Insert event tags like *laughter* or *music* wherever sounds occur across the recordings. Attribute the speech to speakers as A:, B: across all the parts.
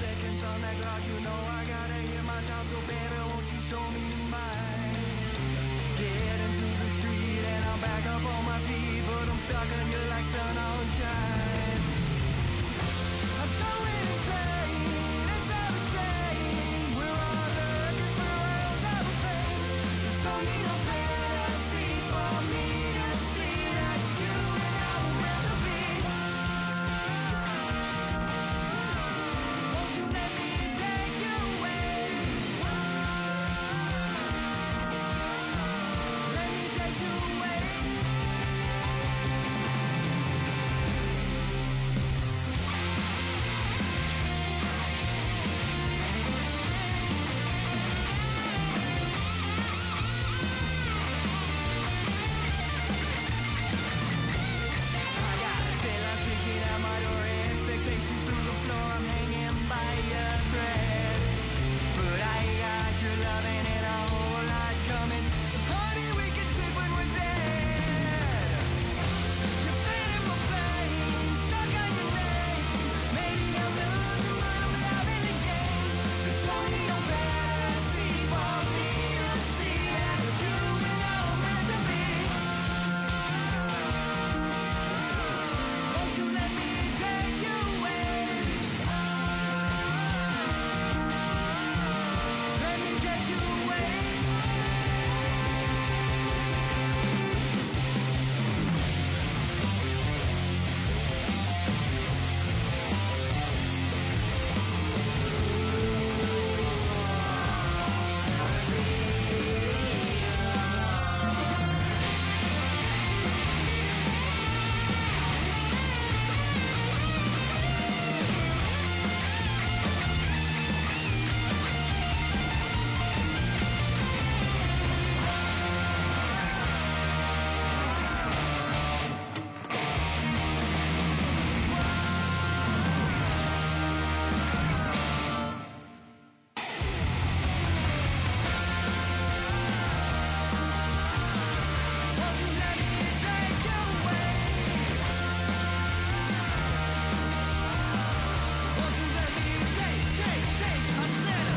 A: seconds on that clock, you know I gotta hit my time, so baby, won't you show me you mine? Get into the street and I'm back up on my feet, but I'm stuck on you like sun on shine. I'm going insane, it's all the same. We're all looking for our own type of fame. You don't need no fantasy for me to see that you and I were meant to be. Won't you let me take you away? Let me take you away. I got daylight sneaking at my door, expectations through the floor. I'm hanging by a thread, but I got your loving and a whole lot coming. Honey, we can sleep when we're dead. You're feeling my pain, stuck on your name. Maybe I'm losing, but I'm loving again. You told me no fantasy for me to see that you and I were meant to be. Won't you let me take you away? Let me take you away. Won't you let me take you away? Won't you let me take, take, take? I said.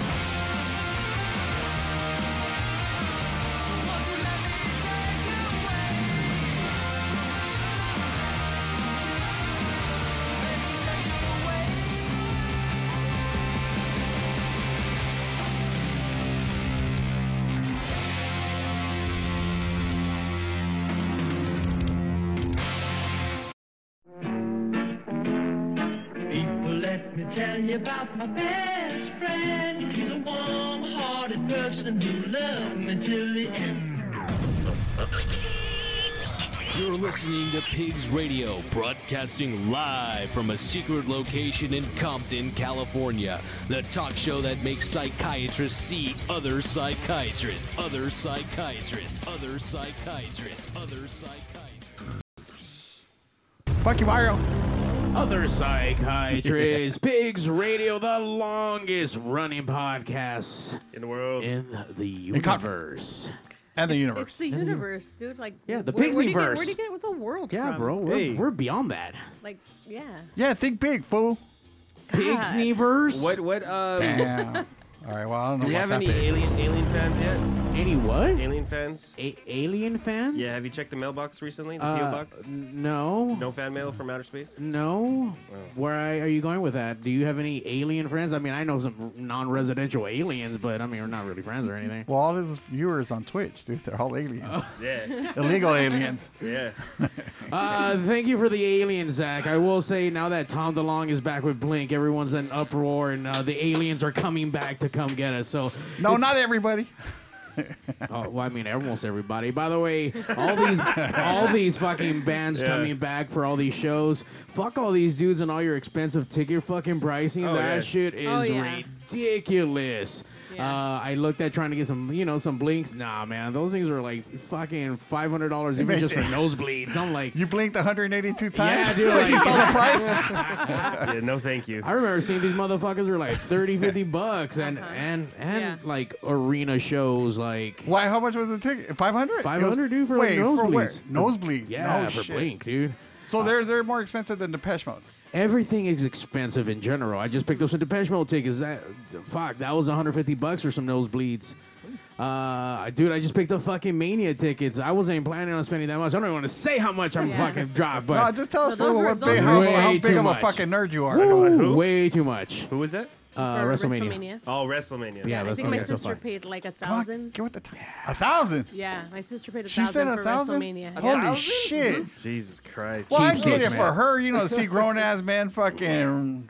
A: Won't you let me take you away? Let me take you away.
B: People, let me tell you about my best friend. He's a warm-hearted person who loved me till the end.
C: You're listening to Pigs Radio, broadcasting live from a secret location in Compton, California. The talk show that makes psychiatrists see other psychiatrists, other psychiatrists, other psychiatrists, other psychiatrists.
D: Fuck you, Mario.
E: Other psychiatrists, *laughs* Pigs Radio, the longest running podcast
F: in the world.
E: in the
D: Cotton.
E: universe.
D: And the
G: It's
D: universe.
G: the universe, dude. Like
E: Yeah, the
G: where, where do you get,
E: Pixieverse.
G: where do you get the world
E: Yeah,
G: from?
E: bro, we're,
F: Hey.
E: we're beyond that.
G: Like, yeah.
D: Yeah, think big, fool.
E: Pigs
G: God.
E: Neverse.
F: What? What? *laughs* Um,
D: Yeah. All right. Well, I don't know
F: do we
D: about
F: have
D: that
F: any
D: big.
F: alien alien fans yet?
E: Any what?
F: Alien fans?
E: A- alien fans?
F: Yeah. Have you checked the mailbox recently? The
E: Uh,
F: PO box?
E: No.
F: No fan mail from outer space.
E: No.
F: Oh.
E: Where I- are you going with that? Do you have any alien friends? I mean, I know some non-residential aliens, but I mean, we're not really friends or anything.
D: Well, all his viewers on Twitch, dude, they're all aliens.
E: *laughs*
F: Yeah.
D: Illegal aliens.
F: yeah.
E: Uh, thank you for the alien, Zach. I will say now that Tom DeLong is back with Blink, everyone's in uproar, and uh, the aliens are coming back to come get us. So
D: No, not everybody.
E: Oh, well, I mean, almost everybody. By the way, all these all these fucking bands
H: Yeah.
E: coming back for all these shows. Fuck all these dudes and all your expensive ticket fucking pricing.
F: Oh,
E: that
F: yeah.
E: shit is
G: Oh, yeah.
E: ridiculous.
G: Yeah.
E: Uh, I looked at trying to get some, you know, some blinks. Nah, man, those things are like fucking five hundred dollars even
D: made
E: just for
D: it. *laughs*
E: nosebleeds. I'm like,
D: You blinked 182 times.
E: yeah,
D: *laughs*
E: dude. Like,
D: you saw
E: *laughs*
D: the price.
F: yeah, no, thank you.
E: I remember seeing these motherfuckers were like 30, 50 bucks, and
G: Uh-huh.
E: and and
G: Yeah.
E: like arena shows, like
D: Why? How much was the ticket? 500.
E: 500, dude, for, like,
D: wait for where?
E: nosebleeds.
D: Nosebleed.
E: yeah,
D: no
E: for
D: shit.
E: blink, dude.
D: So they're they're more expensive than Depeche Mode.
E: Everything is expensive in general. I just picked up some Depeche Mode tickets. That fuck, that was 150 bucks for some nosebleeds. Uh, dude, I just picked up fucking Mania tickets. I wasn't even planning on spending that much. I don't even want to say how much I'm
G: Yeah.
E: fucking dropped,
D: No,
E: but
D: just tell us
G: No, those
D: fool,
G: are-
D: what
G: those
D: big,
G: are-
D: how,
E: Way
D: how big
E: too
D: of a
E: much.
D: fucking nerd you are.
E: Woo,
F: who?
E: way too much.
F: Who was that?
E: Uh,
G: For
E: WrestleMania.
F: Oh, WrestleMania.
E: Yeah,
G: Yeah, I
E: that's
G: think
E: okay,
G: my
E: so
G: sister
E: fine.
G: paid like a
D: Fuck,
G: thousand.
D: Give it the time. A thousand.
G: Yeah, my sister paid a
D: She
G: thousand
D: said
G: for
D: a thousand.
G: WrestleMania.
D: Holy
G: yeah.
D: shit.
F: Jesus Christ.
D: Well, I
E: Cheap
D: get
E: shit,
D: it
E: man.
D: for her, you
E: *laughs*
D: know, to see grown ass men fucking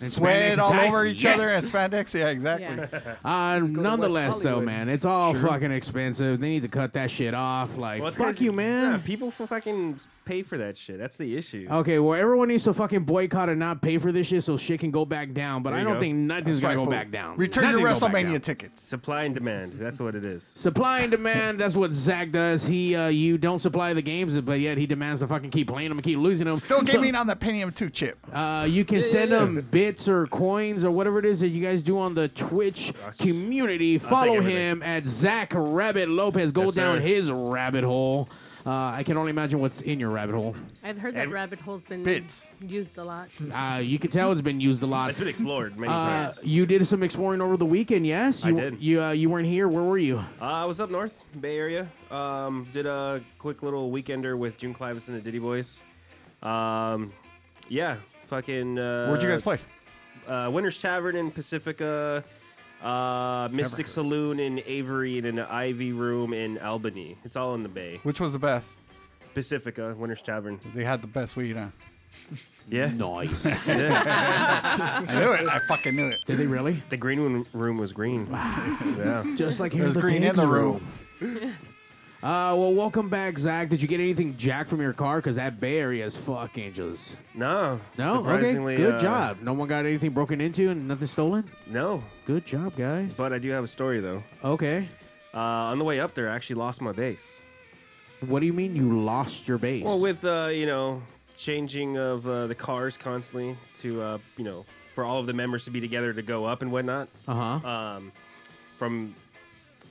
E: spandex
D: sweat all
E: tights,
D: over each other and
E: yes.
D: spandex. Yeah, exactly.
G: Yeah.
E: Uh, nonetheless, though,
H: Hollywood.
E: man, it's all fucking expensive. They need to cut that shit off. Like,
F: Well, it's
E: fuck
F: 'cause-
E: you, man.
F: yeah, people f- fucking pay for that shit. That's the issue.
E: Okay, well, everyone needs to fucking boycott and not pay for this shit so shit can go back down. But
F: There
E: I
F: you
E: don't
F: go.
E: think nothing's
D: That's right,
E: gonna go
D: fool.
E: back down.
D: Return your
E: Nothing go back
D: WrestleMania
E: down.
D: tickets.
F: Supply and demand. That's what it is.
E: Supply and demand. That's what Zach does. He, uh, you don't supply the games, but yet he demands to fucking keep playing them and keep losing them.
D: Still
E: So,
D: gaming on the Pentium 2 chip.
E: Uh, you can send them bits or coins or whatever it is that you guys do on the Twitch community. Follow
F: everything.
E: him at Zach Rabbit Lopez. Go
F: Yes,
E: down
F: sir.
E: his rabbit hole. Uh, I can only imagine what's in your rabbit hole.
G: I've heard that
F: Every-
G: rabbit hole's been
D: Bits.
G: used a
D: *laughs*
G: lot. *laughs*
E: Uh, you can tell it's been used a lot.
F: It's been explored many
E: Uh,
F: times.
E: you did some exploring over the weekend, yes?
F: I
E: You,
F: did.
E: You uh, you weren't here. Where were you?
F: Uh, I was up north, Bay Area. Um, did a quick little weekender with June Clivis and the Diddy Boys. Um, yeah, fucking. Uh,
D: Where'd you guys play?
F: Uh, Winter's Tavern in Pacifica, uh, Mystic Saloon in Avery, and an Ivy Room in Albany. It's all in the Bay.
D: Which was the best?
F: Pacifica, Winter's Tavern.
D: They had the best weed on.
F: Yeah.
E: Nice.
F: *laughs* yeah.
D: I knew it. I fucking knew it.
E: did they really?
F: The green room- room was green.
D: *laughs*
F: yeah.
E: *laughs* Just like here
D: There's
E: at the
D: green in the
E: Bangs
D: room.
E: *laughs* Uh, well, welcome back, Zach. Did you get anything jacked from your car? Because that Bay Area is fucking just.
F: No.
E: No? Okay.
F: Surprisingly,
E: Good
F: uh,
E: job. No one got anything broken into and nothing stolen?
F: No,
E: Good job, guys.
F: but I do have a story though.
E: okay.
F: Uh, on the way up there, I actually lost my base.
E: What do you mean you lost your base?
F: Well, with uh, you know, changing of uh, the cars constantly to uh, you know, for all of the members to be together to go up and whatnot.
E: Uh huh.
F: Um, from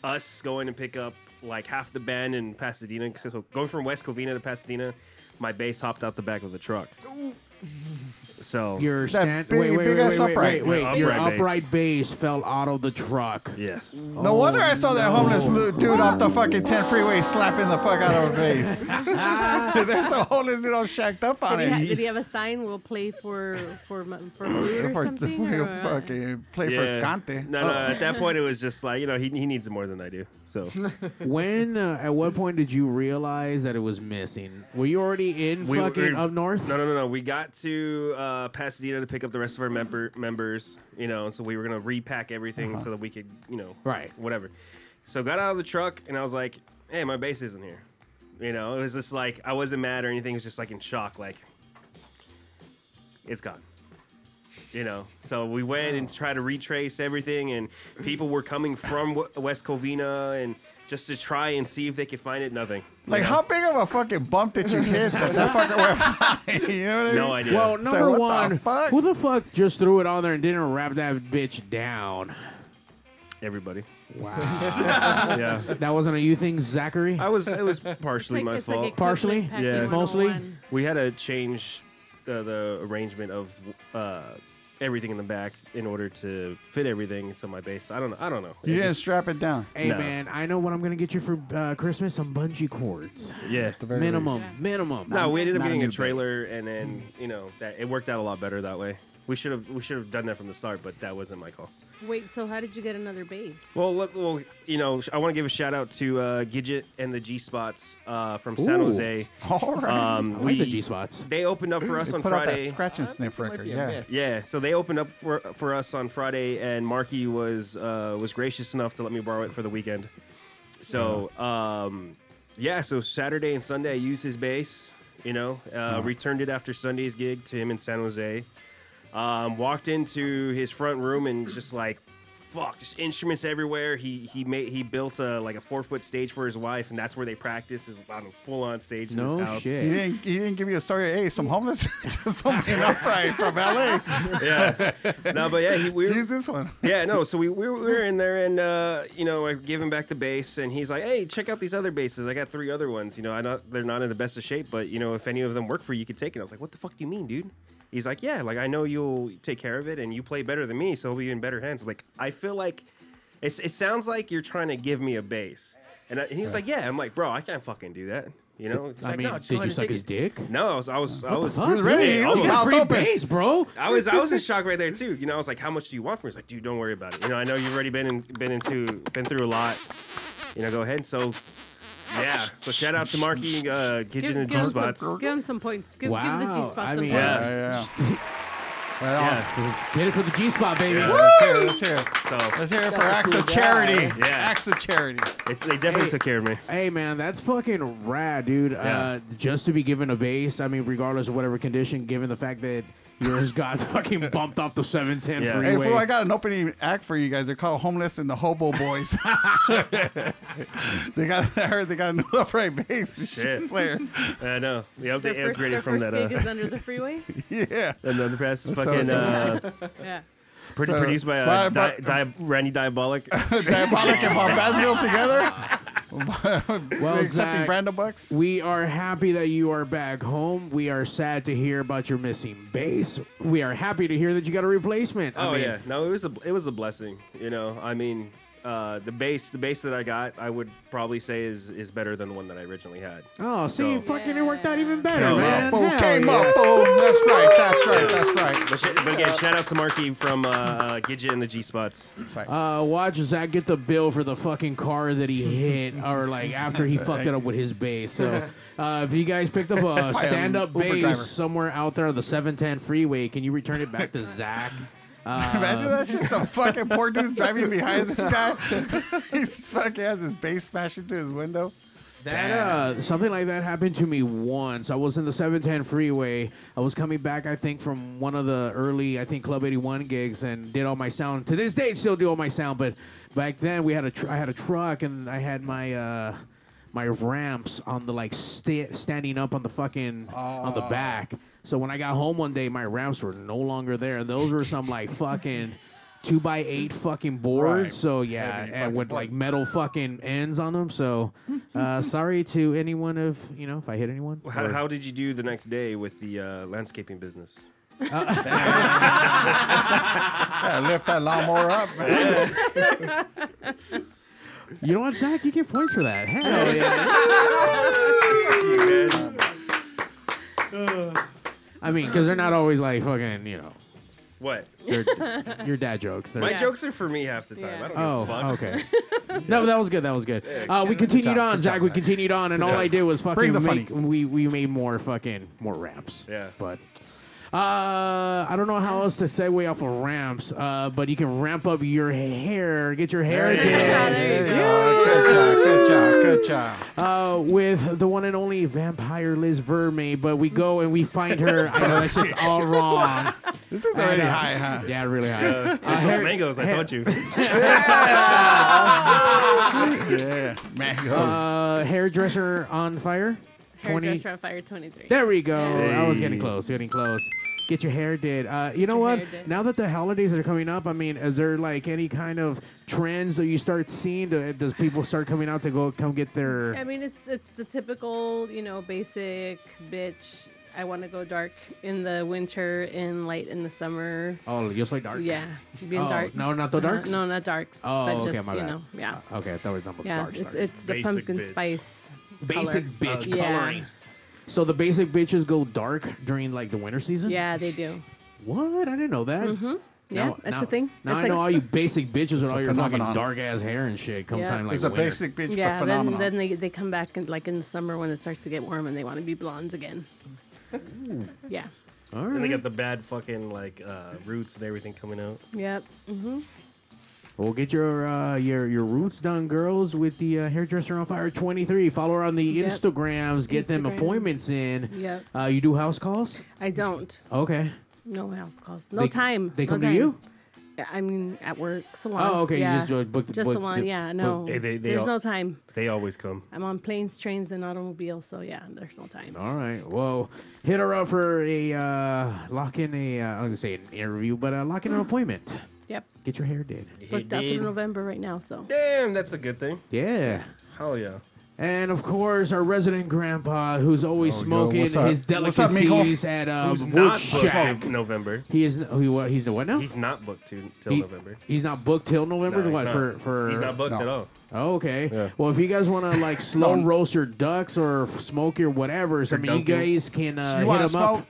F: us going to pick up like half the band in Pasadena, so going from West Covina to Pasadena, my base hopped out the back of the truck. So
E: Your stand.
D: big-
E: Wait, wait,
D: big
E: wait, wait,
D: ass
E: wait, wait,
D: upright.
E: wait.
F: Yeah,
E: your
F: upright base.
E: upright base fell out of the truck.
F: yes,
D: No
E: Oh,
D: wonder I saw that homeless
E: no.
D: lo- dude off the fucking 10 freeway slapping the fuck out of
E: *laughs*
D: a face. *laughs* There's a homeless dude all shacked up on
G: Did he,
D: it.
G: ha- did he have a sign? We'll play for for mon-
D: *laughs*
G: for food or
D: For-
G: something.
D: for-
G: or, uh,
D: fucking play for Oh. Scante.
F: No, no. At that point, it was just like you know, he, he needs more than I do.
D: *laughs*
F: So
E: When uh, at what point did you realize that it was missing? Were you already in
F: We were-
E: fucking up north?
F: No, no, no, no. We got to uh, Pasadena to pick up the rest of our member members. You know, so we were gonna repack everything so that we could, you know,
E: Uh-huh. Right.
F: whatever. So got out of the truck and I was like, "Hey, my base isn't here." You know, it was just like I wasn't mad or anything. It was just like in shock, like it's gone. You know, so we went and tried to retrace everything, and people were coming from W- West Covina and just to try and see if they could find it. Nothing. you
D: Like,
F: know?
D: how big of a fucking bump did you hit that that fucker went
F: *laughs*
D: flying? You know what I mean?
F: No idea.
E: Well,
D: So
E: number
D: what the
E: one,
D: fuck?
E: who the fuck just threw it on there and didn't wrap that bitch down?
F: everybody.
E: Wow,
F: *laughs*
E: *laughs*
F: Yeah.
E: that wasn't a you thing, Zachary.
F: I was. It was
G: it's
F: partially
G: like,
F: my
G: it's like
F: fault.
G: a
E: Partially?
G: Pac-Man
F: Yeah.
G: 101.
E: Mostly?
F: we had to change the, the arrangement of uh, everything in the back in order to fit everything. So my base. I don't know. I don't know.
D: You
F: It
D: didn't
F: just-
D: strap it down.
E: Hey
F: No.
E: man, I know what I'm gonna get you for uh, Christmas: some bungee cords.
F: yeah.
D: The very
E: Minimum,
G: least.
E: minimum.
F: No, we ended up
H: Not a
F: getting
H: new
F: a
H: base.
F: trailer, and then you know that it worked out a lot better that way. We should have we should have done that from the start, but that wasn't my call.
G: Wait, so how did you get another base?
F: Well, let, well, you know, I want to give a shout out to uh, Gidget and the G Spots uh, from San
E: Ooh.
F: Jose.
D: All right.
F: Um,
E: I
F: we
E: like the G spots.
F: they opened up *laughs* for us
D: They
F: on
D: put out
F: Friday.
D: that scratch and
H: I think
D: sniff
H: that might
D: record.
H: be a
D: Yeah.
H: myth.
F: Yeah, so they opened up for for us on Friday, and Marky was uh, was gracious enough to let me borrow it for the weekend. So, um, yeah, so Saturday and Sunday I used his bass, you know, uh, returned it after Sunday's gig to him in San Jose. Um, walked into his front room and just like, fuck, just instruments everywhere. He he made he built a like a four foot stage for his wife, and that's where they practice is on a full on stage in his
E: No
F: house.
D: He
E: shit.
D: didn't. He didn't give you a story. Hey, some homeless *laughs* just something upright from LA.
F: *laughs* Yeah, *laughs* no, but yeah, he, we were,
D: Use this one.
F: yeah, no. So we, we were- we were in there, and uh, you know, I gave him back the bass, and he's like, "Hey, check out these other bases. I got three other ones. You know, I not they're not in the best of shape, but you know, if any of them work for you, you could take it." I was like, "What the fuck do you mean, dude?" He's like, "Yeah, like I know you'll take care of it, and you play better than me, so we'll be in better hands." I'm like, I feel like it's, it sounds like you're trying to give me a bass, and, I, and he was like, "Yeah." I'm like, "Bro, I can't fucking do that." You know? He's
E: I
F: like,
E: mean,
F: "No, just
E: did
F: go ahead
E: you
F: and
E: suck
F: take
E: his
F: it."
E: dick?
F: No, I was, I was, I was,
E: Fuck,
D: Dude, ready,
E: dude,
D: you
E: You got
D: mouth
E: free
D: open.
E: base, bro.
F: I was I was
D: *laughs*
F: in shock right there too. You know, I was like, "How much do you want from?" me?" He's like, "Dude, don't worry about it. You know, I know you've already been in, been into been through a lot. You know, go ahead." So, yeah. So shout out to Marky, uh, get you in the
G: Give,
F: G
G: give, him
F: spots.
G: some, give him some points. Give, give the
E: Wow,
G: G spot
E: I
G: some
E: mean-
G: points.
F: Yeah.
D: Yeah,
G: *laughs*
D: yeah. Well,
F: Yeah.
E: Oh, Get it for the G spot, baby.
F: Yeah.
D: Let's hear, it, let's hear it.
F: So
D: Let's hear it for acts of charity.
F: Yeah.
D: Acts of charity.
F: it's, they definitely
E: Hey.
F: took care of me.
E: Hey man, that's fucking rad, dude. Uh, just to be given a base, I mean, regardless of whatever condition, given the fact that
F: *laughs*
E: yours got fucking bumped off the 710
F: Yeah.
E: freeway.
D: Hey, fool, I got an opening act for you guys. They're called Homeless and the
F: *laughs*
D: Hobo Boys. they got, I heard they got a new upright bass
F: Shit.
D: *laughs* player.
F: I know. They up,
G: Their *laughs*
F: they
G: first,
F: upgraded
G: their
F: from
G: first
F: that.
G: gig
F: Uh,
G: is under the freeway.
D: *laughs* Yeah.
F: another pass is
D: *laughs* So-
F: fucking
D: so-
F: uh,
G: Yeah.
F: pretty
D: so-
F: produced by, uh,
D: But-
F: Di-
D: but-
F: Di- Randy
D: *laughs*
F: Diabolic.
D: Diabolic and Von
F: *laughs*
D: Basville together.
E: Well,
D: They're accepting
E: Zach-
D: Brando Bucks.
E: We are happy that you are back home. We are sad to hear about your missing bass. We are happy to hear that you got a replacement. I
F: Oh
E: mean,
F: yeah, no, it was a it was a blessing. You know, I mean, uh, the bass the bass that I got, I would probably say is is better than the one that I originally had.
E: Oh, see,
F: So-
E: fucking it worked out even better,
F: Yeah.
E: man.
D: Fool
E: Hell
D: Oh, came
E: yeah.
D: up, fool. That's right, that's right, that's right.
F: But, sh- but again, shout out to Marky from uh, uh, Gidget and the G Spots.
E: Uh, watch Zach get the bill for the fucking car that he
D: *laughs*
E: hit, or like after he fucked it up with his bass. So, uh, if you guys picked
D: *laughs*
E: up a stand up
D: Uber
E: bass
D: driver.
E: somewhere out there on the 710 freeway, can you return it back to Zach? Uh,
D: *laughs* Imagine that shit. Some fucking poor dude's driving behind this guy. *laughs* He's fucking has his bass smashed into his window.
E: That uh, something like that happened to me once. I was in the 710 freeway. I was coming back, I think, from one of the early, I think, Club 81 gigs, and did all my sound. To this day, still do all my sound, but back then we had a tr- I had a truck, and I had my uh, my ramps on the like sta- standing up on the fucking on the back. So when I got home one day, my ramps were no longer there. Those were some like fucking. Two by eight fucking boards,
D: Right.
E: so yeah,
D: Heavy
E: and
D: fucking
E: with like metal fucking ends on them. So, uh, sorry to anyone of you know if I hit anyone.
F: How,
E: or-
F: how did you do the next day with the uh, landscaping business?
E: Uh, *laughs*
D: Yeah, lift that lawnmower up, man.
E: *laughs* you know what, Zach? You get points for that. Hell yeah!
F: *laughs*
E: I mean, because they're not always like fucking you know
F: *laughs* What?
E: they're, your dad jokes. They're-
F: My
G: Yeah.
F: jokes are for me half the time. I don't
E: Oh,
F: give a
D: *laughs*
F: fuck. *laughs*
E: okay. No, but that was good. That was good. Uh, we
D: Good
E: continued
D: job,
E: on,
D: good
E: Zach.
D: job,
E: We
D: Zach.
E: continued on, and all
F: job.
E: I did was
D: Bring
E: fucking
D: the
E: make
D: funny.
E: we we made more fucking more ramps.
F: Yeah.
E: but. Uh, I don't know how else to segue off of ramps, uh, but you can ramp up your hair, get your hair
F: There you go.
E: did
G: there you
D: Yeah, Good job, good job, good job.
E: uh, with the one and only vampire Liz Verme. But we go and we find her. I know that shit's
D: *laughs*
E: all *laughs* wrong.
D: This is already
E: And, uh,
D: high, huh?
E: Yeah, really high.
F: Uh, it's those
E: hair-
F: mangoes. I
E: hair-
F: told you.
D: *laughs* Yeah, mangoes.
E: Uh, hairdresser on fire. 20
G: Hairdresser on fire 23.
E: There we go.
G: Yeah.
E: I was getting close. Getting close. Get your hair did. Uh, you know
G: your
E: what?
G: hair did.
E: Now that the holidays are coming up, I mean, is there like any kind of trends that you start seeing? Do, does people start coming out to go come get their?
G: I mean, it's it's the typical, you know, basic bitch. I want to go dark in the winter and light in the summer.
E: oh, just like dark.
G: Yeah, being
E: Oh,
G: darks.
E: no, not the
G: Uh-huh.
E: darks?
G: No, not darks.
E: Oh,
G: but
E: okay,
G: just,
E: my
G: you
E: bad. Uh,
G: know, yeah,
E: Okay, I thought we were talking about
G: yeah.
E: dark
G: It's,
E: stars.
G: it's the
F: Basic
G: pumpkin
F: bitch.
G: spice.
E: basic bitch
G: Yeah.
E: coloring. So the basic bitches go dark during like the winter season.
G: Yeah, they do.
E: What? I didn't know that.
G: Mm-hmm. Yeah,
E: Now-
G: that's
E: now-
G: a thing.
E: Now
G: That's
E: I know
G: like-
E: all you basic bitches with all
D: a
E: your fucking
D: phenomenon.
E: dark ass hair and shit. Come
G: Yeah.
E: time like
D: it's a
E: winter.
D: basic bitch
G: Yeah,
D: but
G: then,
D: phenomenon.
G: then they, they come back in, like in the summer when it starts to get warm and they want to be blondes again. yeah.
E: All
F: and they
E: right.
G: mm-hmm.
F: got the bad fucking like uh, roots and everything coming out.
G: Yep.
E: Well, get your uh, your your roots done, girls, with the uh, hairdresser on fire twenty three. Follow her on the
G: Yep.
E: Instagrams. Get them
G: Instagram.
E: appointments in.
G: Yep.
E: Uh, you do house calls?
G: I don't.
E: Okay.
G: No house calls. No
E: They-
G: time.
E: They
G: No
E: come
G: time.
E: to you.
G: Yeah, I mean, at work salon.
E: Oh, okay.
G: Yeah.
E: You just uh, book the
G: Just
E: book,
G: salon.
E: the-
G: yeah,
E: book-
G: no.
F: Hey, they- they
G: there's
F: all-
G: no time.
F: They always come.
G: I'm on planes, trains, and automobiles. So yeah, there's no time.
E: All right. Well, hit her up for a uh, lock in a. Uh, I'm gonna say an interview, but uh, lock in an appointment.
G: Yep.
E: Get your hair did.
G: Booked up through November right now. So
F: Damn, that's a good thing.
E: Yeah.
F: Hell yeah.
E: And of course, our resident grandpa, who's always
D: Oh, yo,
E: smoking
D: what's up?
E: his
D: What's up, mijo?
E: delicacies at um,
F: Who's not
E: Wood
F: booked
E: Shack.
F: to November?
E: He is. He, what, he's the what now?
F: He's not booked to till
E: He-
F: November.
E: He's not booked till November.
F: No,
E: what
F: he's
E: for?
F: not.
E: For
F: he's not booked
D: No.
F: at all.
E: Oh, okay.
F: Yeah.
E: Well, if you guys want to
F: *laughs*
E: like slow roast your ducks or f- smoke your whatever, I
F: Your
E: mean, you
F: Dunkins.
E: guys can uh,
D: you
E: hit
D: wanna
E: him
D: smoke?
E: up.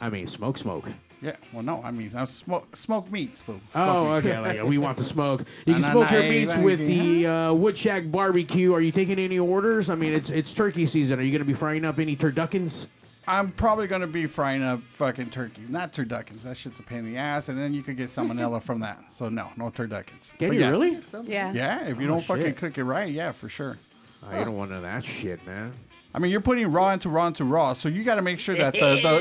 E: I mean, smoke, smoke.
D: Yeah. Well, no. I mean, I'm smoke smoke meats, fool. Smoke
E: oh,
D: meats.
E: okay. Like, we want the smoke. You can
D: Nah, nah,
E: smoke
D: nah,
E: your
D: hey,
E: meats
D: thank
E: with
D: you.
E: the uh, Wood Shack barbecue. Are you taking any orders? I mean, it's it's turkey season. Are you going to be frying up any turduckins?
D: I'm probably gonna *laughs* be frying up fucking turkey, not turduckins. That shit's a pain in the ass, and then you could get salmonella from that. So no, no turduckins.
E: Can
D: But
E: you
D: yes.
E: really?
G: yeah.
D: Yeah, if you
E: Oh,
D: don't fucking
E: shit.
D: *laughs* cook it right, yeah, for sure.
E: I don't want none of that shit, man.
D: I mean, you're putting raw into raw into raw, so you got to make sure that the, the, the
E: *laughs*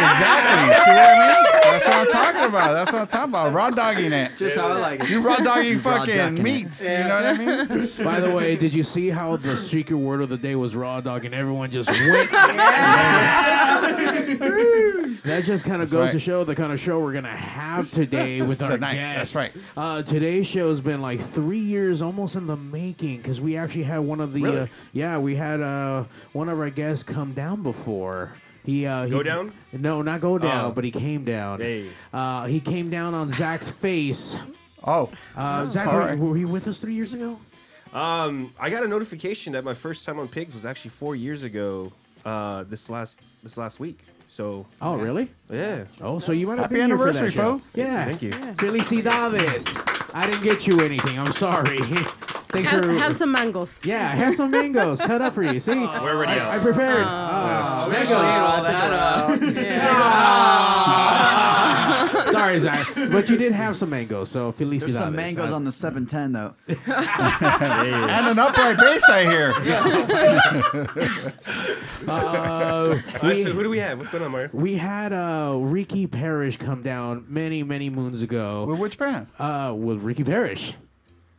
D: exactly. See what I mean? That's what I'm talking about. That's what I'm talking about. Raw dogging
H: *laughs*
D: it.
H: Just how I like it.
E: *laughs*
D: you raw dogging
H: Raw ducking
D: fucking
H: it.
D: meats. You know what I mean?
E: By the way, did you see how the secret word of the day was raw dog and everyone just went? that just kind of goes to
D: right.
E: show the kind of show we're going to have
D: *laughs*
E: today with our
D: tonight.
E: guests.
D: That's right.
E: Uh, today's show has been like three years almost in the making because we actually had one of the. Uh,
F: Really?
E: yeah, we had uh, one of our guests come down before. He, uh, he-
F: Go down?
E: No, not go down,
F: Oh.
E: but he came down.
F: Hey.
E: Uh, he came down on Zach's
D: *laughs*
E: face.
D: Oh,
E: Uh, Zach,
D: All
E: were-
D: right.
E: were you with us three years ago?
F: Um, I got a notification that my first time on Pigs was actually four years ago. Uh, this last this last week. So
E: Oh, really?
F: yeah.
E: Oh, so you might have
D: Happy
E: been here for
D: anniversary,
E: that show.
D: folks.
E: Yeah.
F: Thank you.
E: Felicidades. I didn't get you anything. I'm sorry. *laughs* Thanks
G: Have,
E: for.
G: have some mangoes.
E: yeah, have some
G: *laughs*
E: mangoes cut up for you. See,
F: We're already
E: I
F: out.
E: prepared.
H: I'm actually eating all that. Uh,
E: *laughs* Ah.
D: *laughs*
E: Oh, sorry, Zach, but you did have some mangoes, so felicidades.
H: there's some mangoes on the 710
I: *laughs*
H: though.
D: and an upright bass
E: *laughs*
D: I hear.
E: Uh,
F: *laughs* All right, so who do we have? What's going on, Mario?
E: *laughs* we had uh, Ricky Parrish come down many, many moons ago
D: With which band?
E: uh, with Ricky Parrish.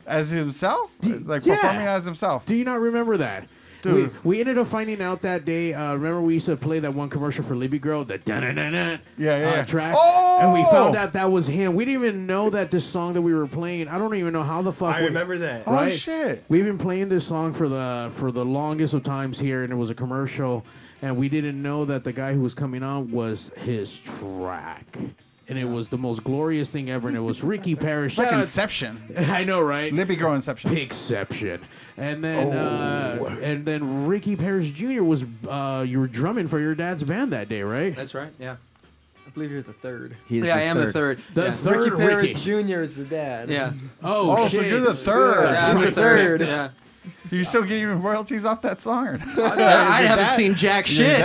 D: As himself? Like
E: yeah.
D: performing as himself?
E: Do you not remember that?
D: Dude.
E: We, we ended up finding out that day. Uh, remember, we used to play that one commercial for Libby Girl, the dun dun dun dun
D: Yeah, yeah,
E: uh,
D: yeah.
E: track,
D: Oh!
E: and we found out that was him. We didn't even know that this song that we were playing. I don't even know how the fuck.
F: I
E: we-
F: remember that.
D: Oh
E: right?
D: shit!
E: We've been playing this song for the for the longest of times here, and it was a commercial, and we didn't know that the guy who was coming on was his track, and it was the most glorious thing ever, and it was Ricky Parrish.
D: *laughs* Like
E: Shout out-
D: Inception.
E: *laughs* I know, right?
D: Libby Girl Inception. Oh.
E: Pigception. And then uh, and then Ricky Parrish Jr. was uh, you were drumming for your dad's band that day, right?
H: That's right. Yeah.
J: I believe you're the third.
H: He is
J: yeah,
H: the
J: I am the
H: third.
J: third.
E: The
J: yeah.
E: third
J: Ricky Paris
E: Ricky.
J: Jr. is the dad.
H: Yeah.
E: Oh,
D: Oh, so
E: shit.
D: you're the third.
J: Yeah, I'm the third.
H: Yeah.
D: You still getting royalties off that song? Or not?
H: I haven't seen jack shit.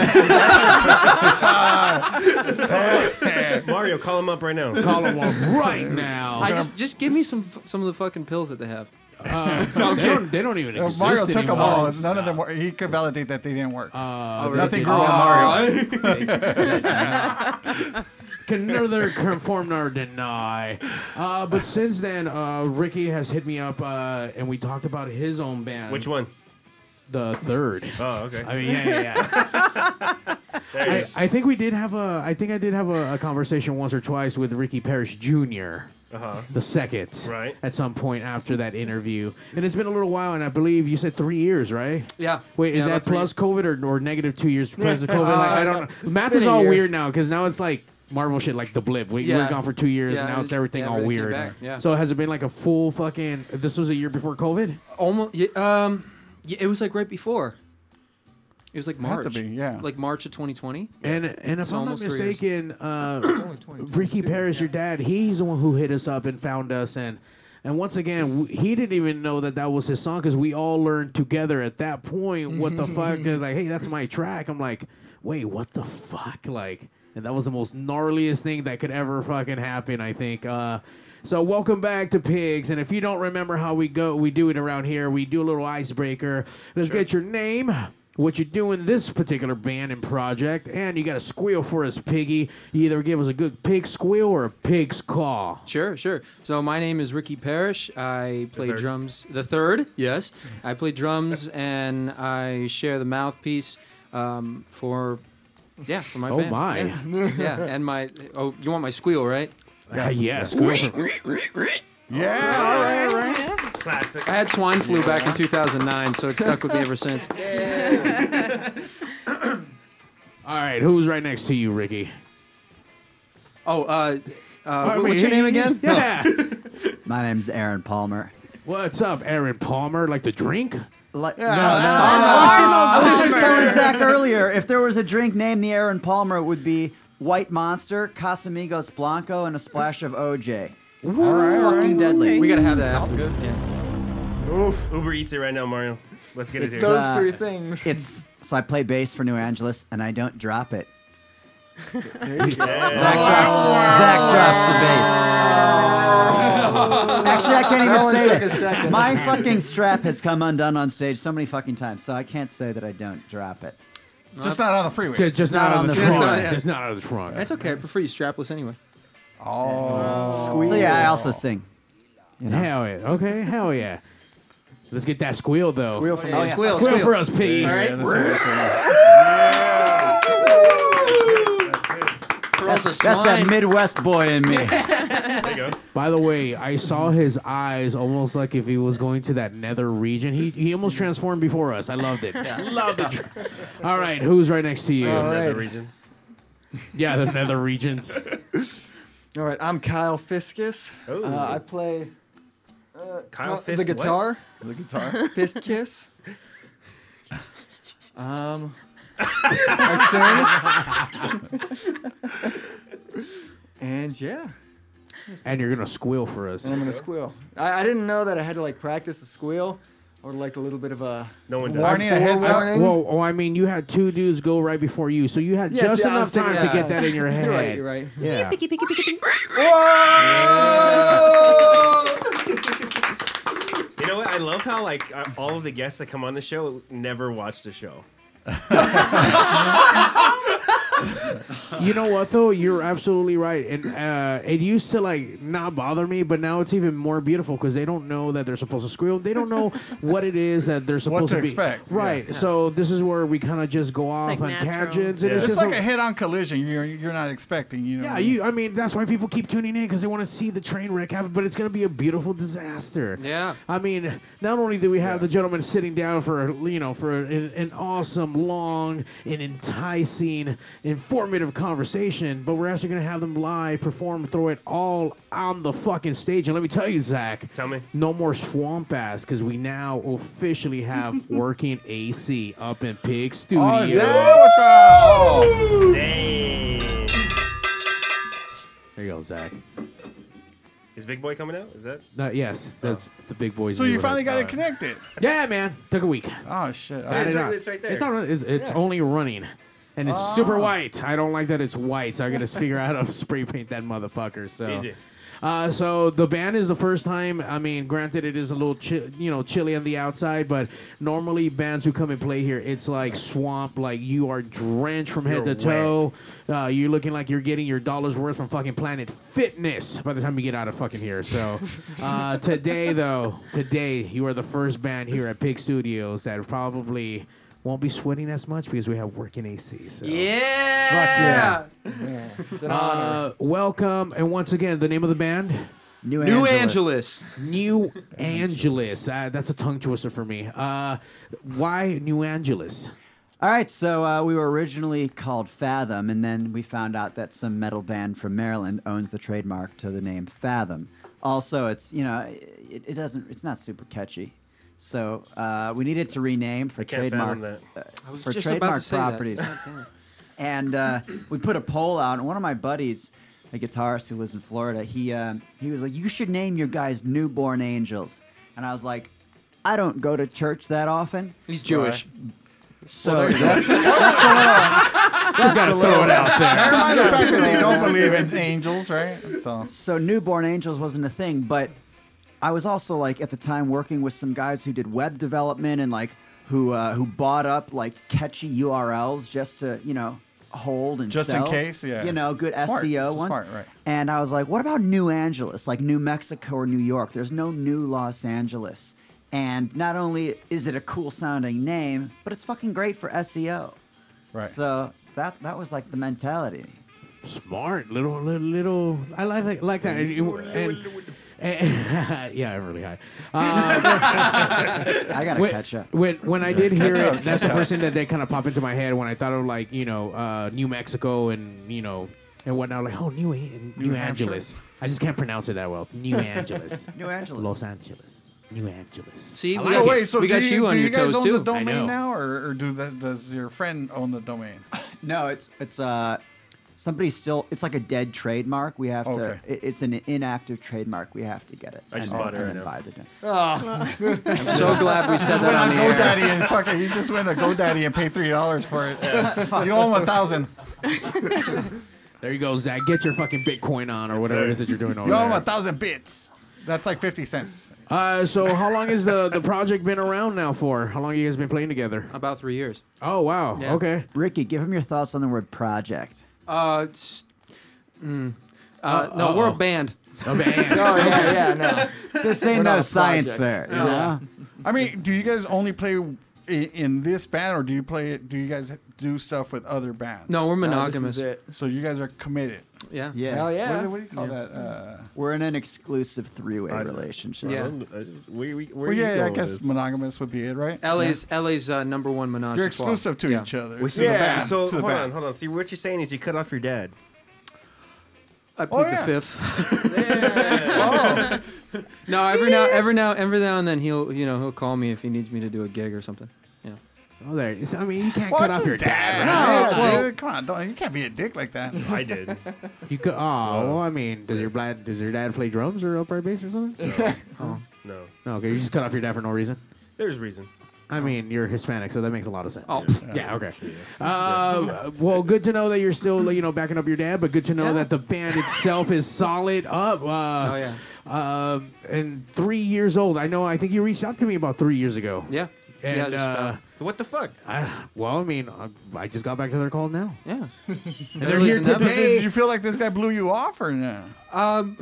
F: Mario, call him up right now.
E: Call him up right now.
H: I
D: *laughs*
H: just just give me some f- some of the fucking pills that they have.
E: Uh, *laughs* they, don't, they don't even
D: Uh,
E: exist
D: Mario took them
E: anymore.
D: all. None of them. Were, he could validate that they didn't work.
E: Uh,
H: really?
D: Oh, Nothing
E: they
D: grew on
H: *laughs*
D: Oh, Mario.
E: *laughs* can neither confirm nor deny. Uh, but since then, uh, Ricky has hit me up, uh, and we talked about his own band.
F: Which one?
E: The third.
F: Oh, okay.
E: I mean, yeah, yeah, yeah.
F: There it
E: I,
F: is.
E: I think we did have a. I think I did have a, a conversation once or twice with Ricky Parrish Jr.
F: Uh-huh.
E: The second,
F: Right.
E: At some point after that interview, and it's been a little while, and I believe you said three years, right?
H: Yeah.
E: Wait, is
H: Yeah,
E: that
H: about three-
E: plus COVID or, or negative two years because of COVID? Like, I
H: *laughs*
E: don't know. Math
H: been
E: is
H: a
E: all
H: year.
E: weird now because now it's like Marvel shit, like the blip. We, we were
H: Yeah.
E: gone for two years,
H: Yeah,
E: and now
H: it
E: it's
H: just-
E: everything
H: yeah,
E: all
H: everything came
E: weird.
H: back, yeah.
E: So has it been like a full fucking? This was a year before COVID.
H: Almost. Yeah, um. Yeah, it was like right before. It was like
D: Had
H: March.
D: to be, yeah.
H: Like March of 2020.
E: And and if
H: It's
E: I'm not
H: almost three years. *clears throat*
E: mistaken, uh, Ricky Parrish, your dad, he's the one who hit us up and found us and. And once again, w- he didn't even know that that was his song because we all learned together at that point what the fuck. They're like, hey, that's my track. I'm like, wait, what the fuck? Like, and that was the most gnarliest thing that could ever fucking happen. I think. Uh, So welcome back to Pigs. And if you don't remember how we go, we do it around here. We do a little icebreaker. Let's get your name, what you do in this particular band and project, and you got to squeal for us, Piggy. You either give us a good pig squeal or a pig's caw.
H: Sure, sure. So my name is Ricky Parrish. I play
E: third.
H: drums. The third,
D: *laughs*
H: yes. I play drums and I share the mouthpiece um, for, yeah, for my
E: Oh,
H: band.
E: my.
H: Yeah. Yeah, and my. Oh, you want my squeal, right?
E: Ah, yes, squeal.
H: Yeah,
F: all
H: right,
F: Classic.
H: I had swine flu back
F: Yeah.
H: in 2009, so it's stuck with me ever since.
I: *laughs*
E: All right, who's right next to you, Ricky?
H: Oh, uh, uh,
E: I
H: wh- what's
E: mean,
H: your name again? Oh. No.
E: Yeah.
I: My name's Aaron Palmer.
E: What's up, Aaron Palmer? Like the drink?
I: Like,
E: Yeah,
I: no, no,
E: that's
I: I
E: Arnold
I: was just, I was just
E: Palmer.
I: telling Zach earlier if there was a drink named the Aaron Palmer, it would be White Monster, Casamigos Blanco, and a splash of OJ. fucking deadly.
H: We gotta have that.
I: Sounds
H: after.
I: good.
H: Yeah.
F: Uber eats it right now, Mario. Let's get
I: It's,
F: it here.
I: uh, It's so I play bass for New Angeles and I don't drop it.
J: There
F: *laughs*
J: you go.
I: Zach drops, Zach drops the
J: Oh.
I: bass. Actually, I can't even
J: That one
I: say
J: took
I: it.
J: a second.
A: Oh,
I: My fucking strap has come undone on stage so many fucking times, so I can't say that I don't drop it.
D: *laughs* Just not on the freeway.
E: Ju- Just not on the
I: freeway.
H: uh,
E: front. Just not on the front.
H: That's okay. I prefer you strapless anyway.
D: Oh.
I: So yeah, I also sing.
E: Hell yeah. Okay, hell yeah. Let's get that squeal though.
I: Squeal for Oh, me. yeah.
E: Squeal, squeal
I: Squeal, squeal.
E: for us, Piggy.
I: Yeah, yeah, that's it, That's,
E: us a
I: that's that
E: swine.
I: Midwest boy in
E: *laughs*
I: me.
E: there you go. By the way, I saw his eyes almost like if he was going to that nether region. He he almost transformed before us. I loved it.
J: Oh,
E: Love the. All right, who's right next to you?
J: All right.
E: Nether regions. Yeah, the nether regions.
J: *laughs* All right, I'm Kyle Fiskus.
F: Ooh.
J: Uh, I play uh,
F: Kyle
J: Ky-
F: Fist
J: the
F: what?
J: guitar.
D: The guitar?
J: *laughs* Fist kiss. Um, I sing. *laughs* and yeah,
E: And you're gonna squeal for us.
J: and I'm gonna squeal. I, I didn't know that I had to like practice a squeal. I would like a little bit of a
F: no one
J: warning.
E: Whoa, oh, I mean, you had two dudes go right before you, so you had
J: Yeah,
E: just
J: see, I
E: enough
J: was thinking
E: time to
J: that.
E: get that in your head.
J: *laughs* You're right, you're right.
E: Yeah.
J: Picky,
G: picky, picky, picky.
F: You know what? I love how like uh, all of the guests that come on the show never watch the show.
E: You know what though? You're absolutely right, and uh, it used to like not bother me, but now it's even more beautiful because they don't know that they're supposed to squeal. They don't
D: *laughs*
E: know what it is that they're supposed
D: to
E: be.
D: expect, yeah.
E: Right.
D: Yeah.
E: So this is where we kind of just go off
D: like
E: on
D: natural.
E: tangents, and it's
D: It's
E: just
D: like a head-on collision. You're you're not expecting. You know.
E: yeah, you. I mean, that's why people keep tuning in because they want to see the train wreck happen. But it's gonna be a beautiful disaster.
H: Yeah.
E: I mean, not only do we have the gentleman sitting down for you know for an, an awesome, long, and enticing, informative conversation, but we're actually gonna have them live perform, throw it all on the fucking stage. And let me tell you, Zach. Tell me. No more swamp ass because we now officially
D: *laughs*
E: have working AC up in Pig Studio.
D: Oh, is that what's going on? Oh.
E: There you go, Zach.
F: Is Big Boy coming out? Is that?
E: Uh, yes, that's the big boys.
D: So you
E: neighborhood.
D: finally got it
E: Uh,
D: connected.
E: Yeah, man. Took a week.
D: Oh shit!
E: Got it out. It's, not, it's, it's
D: Yeah.
E: only running, and it's super
D: Oh.
E: white. I don't like that it's white, so I gotta figure out how to *laughs* spray paint that motherfucker. So.
F: Easy.
E: Uh, so the band is the first time. I mean, granted, it is a little chi- you know chilly on the outside, but normally bands who come and play here, it's like swamp. Like you are drenched from head to
F: You're
E: toe. Uh, you're looking like you're getting your dollars worth from fucking Planet Fitness by the time you get out of fucking here. So uh, today, though, today you are the first band here at Pig Studios that probably won't be sweating as much because we have working AC. So.
H: Yeah.
J: It's an
E: Uh, welcome, and once again, the name of the band.
I: New,
H: New
E: Angeles. New Angeles. Uh, that's a tongue twister for me. Uh, why New Angeles?
I: All right, so uh, we were originally called Fathom, and then we found out that some metal band from Maryland owns the trademark to the name Fathom. Also, it's you know, it, it doesn't, it's not super catchy, so uh, we needed to rename for
F: can't
I: trademark
F: fathom that.
I: uh,
F: I was
I: for
F: just about
I: trademark
F: to say that.
I: properties.
F: God *laughs* damn it.
I: and uh, we put a poll out, and one of my buddies, a guitarist who lives in Florida, he um, he was like, "You should name your guys Newborn Angels," and I was like, "I don't go to church that often."
H: He's Jewish.
I: So
H: Well, there you go.
I: that's, that's a little,
E: Just gotta throw it out there.
D: Never mind the fact that they don't believe in
I: *laughs*
D: angels, right? So.
I: so newborn angels wasn't a thing, but I was also like at the time working with some guys who did web development and like who uh, who bought up like catchy URLs just to you know hold and
D: Just in
I: sell,
D: case, yeah.
I: you know good
D: Smart. This
I: SEO
D: is
I: ones.
D: smart, right.
I: And I was like, what about New Angeles, like New Mexico or New York? There's no New Los Angeles. And not only is it a cool sounding name, but it's fucking great for SEO.
D: Right.
I: So that that was like the mentality.
E: Smart little little. little I like like, like that. And, and- and- *laughs* yeah, I'm really high.
C: *laughs*
I: I gotta
E: when,
I: catch up.
E: When when I did hear
I: Catch up,
E: it, that's the
I: catch up.
E: first thing that, that kind of popped into my head when I thought of like you know uh, New Mexico and you know and whatnot. Like oh New An-
I: New
E: New,
I: Hampshire.
E: Angeles. I just can't pronounce it that well. New Angeles.
I: New Angeles.
E: Los Angeles. New Angeles.
H: See,
E: I
H: we
E: like
H: got-
E: it.
H: we got
D: do
H: you on
D: do
H: your
D: you guys
H: toes,
D: own
H: too.
D: the
H: I know.
D: domain now, or, or do that? Does your friend own the domain?
I: *laughs* No, it's it's uh somebody still it's like a dead trademark. We have
D: Okay.
I: to it, it's an inactive trademark. We have to get it.
F: I just
I: and-
F: bought it
I: and
F: right
I: then
F: now.
I: buy
H: *laughs*
I: the domain.
D: *laughs*
I: *laughs*
H: I'm so glad we said
D: Went
H: that on
D: on
H: the air.
D: GoDaddy and fucking you just went to GoDaddy and paid three dollars for
H: *laughs*
D: it.
E: Fuck.
D: you owe him a thousand.
E: There you go, Zach. Get your fucking Bitcoin on or whatever it is that you're
H: *laughs*
E: doing
H: Oh,
E: over
D: You owe him
E: there.
D: a thousand bits. That's like fifty cents.
E: Uh, so how long has the, the project been around now for? How long you guys been playing together?
H: About three years.
E: Oh wow.
H: Yeah.
E: Okay.
I: Ricky, give him your thoughts on the word project.
H: Uh, it's, mm, uh,
I: Uh,
H: no, we're a
I: uh-oh.
H: band.
E: A
H: *laughs*
I: band. Oh, yeah, yeah, no. This ain't no science fair, you know?
D: I mean, do you guys only play i- in this band, or do you play it? Do you guys do stuff with other bands?
H: No, we're No, this monogamous. is
D: it. So you guys are committed.
H: Yeah.
I: Yeah.
D: What
I: Hell
D: do-
I: yeah.
D: What, do you call that? Uh,
I: We're in an exclusive three-way relationship.
H: Yeah.
F: We, we,
D: well, yeah, I guess monogamous would be it, right?
H: LA's LA's uh, number one menage.
D: You're
H: a trois.
D: exclusive to
H: Yeah.
D: each other.
F: Wait, so
D: To the
F: yeah,
D: band,
F: so
D: to the
F: hold
D: band.
F: on, hold on. See, what you're saying is you cut off your dad.
D: Oh,
H: I
F: played
H: plead the fifth. *laughs*
D: Oh.
H: no, every now, every now, every now and then he'll, you know, he'll call me if he needs me to do a gig or something. You know.
E: Oh, there. I mean, you can't
D: Well,
E: cut
D: it's
E: off
D: his
E: your dad.
D: Yeah,
E: right?
D: dude, come on, don't, you can't be a dick like that.
F: I
D: *laughs*
F: did.
E: You could. Oh, well, I mean, does your dad does your dad play drums or upright bass or something? oh.
F: No,
E: No, Okay, you just cut off your dad for no reason.
F: there's reasons.
E: I mean, you're Hispanic, so that makes a lot of sense.
F: Oh.
E: yeah. okay. Uh, well, good to know that you're still, you know, backing up your dad, but good to know that the band itself is solid up. Uh, oh
H: yeah.
E: Um, and three years old. I know. I think you reached out to me about three years ago.
H: Yeah.
E: And,
H: yeah. just about.
E: uh,
F: So what the fuck?
E: I, well, I mean, I, I just got back to their call now.
H: Yeah.
E: and
D: They're
E: they're here
D: looking up. Did-
E: today.
D: Did you feel like this guy blew you off or no?
H: Um,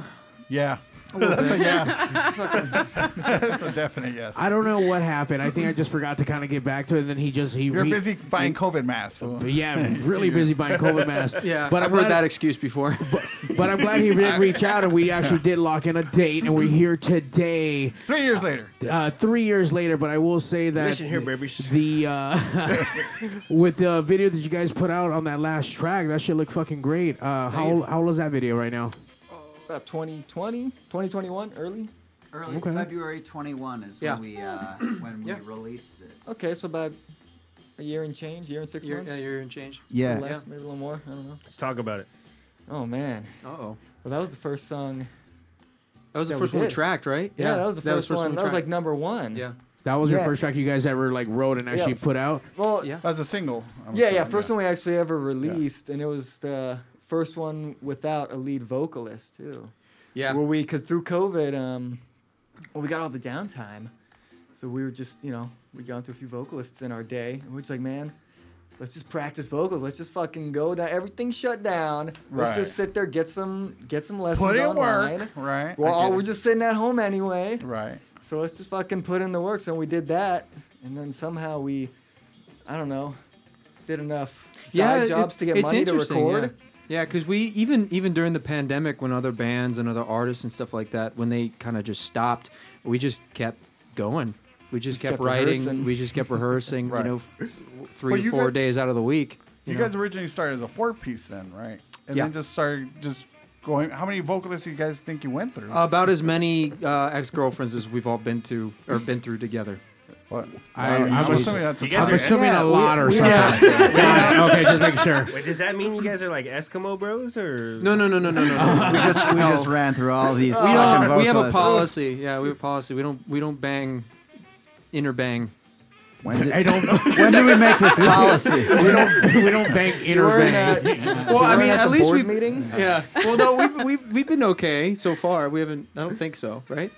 D: yeah.
E: little
D: That's a
E: bit.
D: yeah. That's a definite yes.
E: I don't know what happened. I think I just forgot to kind of get back to it. And then he just he.
D: You're
E: he-
D: busy buying COVID masks. fool.
E: Yeah, I'm
D: *laughs*
E: really busy buying COVID masks.
H: Yeah,
E: but
H: I've
E: I'm
H: heard
E: glad-
H: that excuse before.
E: But I'm glad he did reach out, and we actually did lock in a date, and we're here today.
D: Three years later.
E: Uh, three years later, but I will say that
F: Mission here, baby.
E: the uh, *laughs* with the video that you guys put out on that last track, that shit looked fucking great. Uh, how old, how old is that video right now?
J: About 2020, 2021, early.
I: Early
E: Okay.
I: February 21 is
J: Yeah.
I: when we uh, when we released it.
J: Okay, so about a year and change, year and 6
H: Year-
J: months.
H: yeah, year and change.
I: Yeah.
J: Or less,
H: Yeah.
J: maybe a little more. I don't know.
F: Let's talk about it.
J: Oh man.
H: Uh oh.
J: Well, that was the first song.
H: That was the
J: we
H: first one we
J: did.
H: tracked, right?
J: Yeah,
H: Yeah,
J: that was the
H: that was
J: first,
H: first
J: one.
H: one
J: That was
H: tracked.
J: like number one.
H: Yeah.
E: That was your
J: Yeah.
E: first track you guys ever like wrote and actually put out.
J: Well,
H: yeah.
D: That's a single. I'm
J: yeah, yeah.
D: assuming,
J: First one we actually ever released, and it was the first one without a lead vocalist too.
H: Yeah.
J: Where we, because through COVID, um, well, we got all the downtime, so we were just, you know, we got into a few vocalists in our day, and we are just like, man, let's just practice vocals. Let's just fucking go down. Everything shut down. Let's
D: Right.
J: just sit there, get some, get some lessons
D: Put in
J: online.
D: work, right?
J: Well,
D: I get
J: all- we're
D: it.
J: just sitting at home anyway.
D: Right.
J: So let's just fucking put in the work. So we did that, and then somehow we, I don't know, did enough side jobs
H: it-
J: to get
H: it's
J: money to
H: interesting,
J: record.
H: Yeah, because we even even during the pandemic, when other bands and other artists and stuff like that, when they kind of just stopped, we just kept going. We just, kept,
J: kept
H: writing.
J: rehearsing.
H: We just kept rehearsing.
D: Right.
H: You know, f- three
D: Well,
H: to
D: you
H: four
D: guys-
H: days out of the week.
D: You,
H: know?
D: guys originally started as a four piece then, right? And
H: Yeah.
D: then just started just going. How many vocalists do you guys think you went through?
H: about as many uh, ex girlfriends as we've all been to or been through together.
D: What?
E: I, I'm, assuming,
D: that's a
E: I'm assuming
D: Yeah,
E: a lot
D: we-
E: or
D: we-
E: something. *laughs*
D: yeah.
E: Got it. okay, just making sure.
F: Wait, does that mean you guys are like Eskimo bros or?
H: No, no, no, no, no,
F: *laughs*
H: *laughs* no.
I: we just we
H: No. Uh,
I: just ran through all
H: we
I: these. fucking
H: don't. We have a
I: vocalists.
H: policy. Yeah, we have a policy. We don't. We don't bang, inner bang.
I: When did,
E: I don't know.
I: *laughs* When did we make this
E: *laughs*
I: policy?
E: we don't. We don't bank inner
I: We're
E: bank. *laughs*
I: not-
H: Well, I mean, at least we
J: meeting.
H: Yeah. Well, no, we've, we've we've been okay so far. We haven't. I don't think so, right?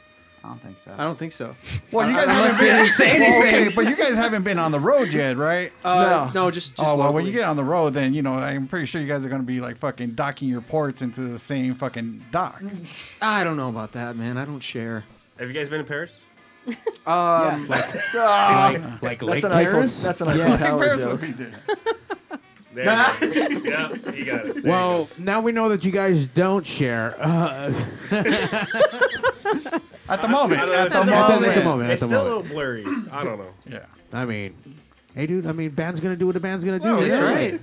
I: I don't think so.
H: I don't think so.
D: Well, you
H: Uh,
D: guys
H: unless
D: haven't
H: they
D: been
H: didn't say
D: *laughs* Well,
H: anything.
D: okay, but you guys haven't been on the road yet, right?
H: Uh, No. no, just- just
D: oh well, when
H: locally.
D: you get on the road, then you know I'm pretty sure you guys are going to be like fucking docking your ports into the same fucking dock.
H: *laughs* I don't know about that, man. I don't share.
F: Have you guys been to Paris?
H: Um,
F: Yes.
H: like,
F: Like-
J: like That's Lake an Eiffel- Paris? that's an Eiffel Tower Paris would joke. be
H: *laughs*
F: There you go. yeah, you got it. There you
E: Well, now we know that you guys don't share. Uh,
D: at
F: the moment, I don't know, at
E: at
F: the moment.
E: At the moment.
F: It's
E: at the
F: still
E: moment.
F: a little blurry. I don't know.
D: Yeah.
E: I mean, hey, dude. I mean, band's gonna do what a band's gonna do.
H: Oh, that's
E: Yeah.
H: right.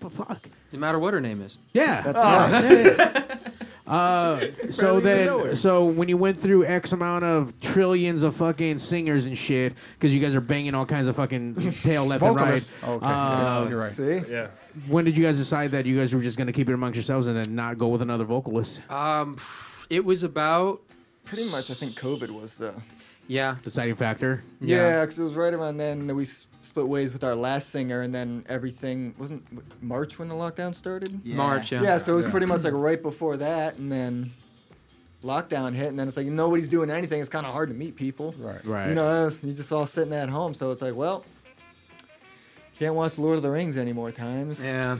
E: But fuck.
H: No matter what her name is. Oh.
E: Yeah.
H: That's *laughs*
E: Yeah, yeah. *laughs* Uh, so
H: Barely even know
E: then,
H: her.
E: so when you went through X amount of trillions of fucking singers and shit, because you guys are banging all kinds of fucking tail left
D: Vocalists.
E: and right.
D: Okay,
E: uh,
D: yeah, you're right.
J: See?
F: Yeah.
E: When did you guys decide that you guys were just gonna keep it amongst yourselves and then not go with another vocalist?
H: Um, it was about
J: pretty much. I think COVID was the
H: yeah
E: deciding factor.
J: yeah, because it was right around then that we s- split ways with our last singer, and then everything wasn't w- March when the lockdown started.
H: Yeah. March, yeah.
J: so it was
H: Yeah.
J: pretty much like right before that, and then lockdown hit, and then it's like nobody's doing anything. It's kind of hard to meet people. Right.
E: Right.
J: You know, you're just all sitting at home, so it's like, well, can't watch Lord of the Rings anymore. Times.
H: Yeah.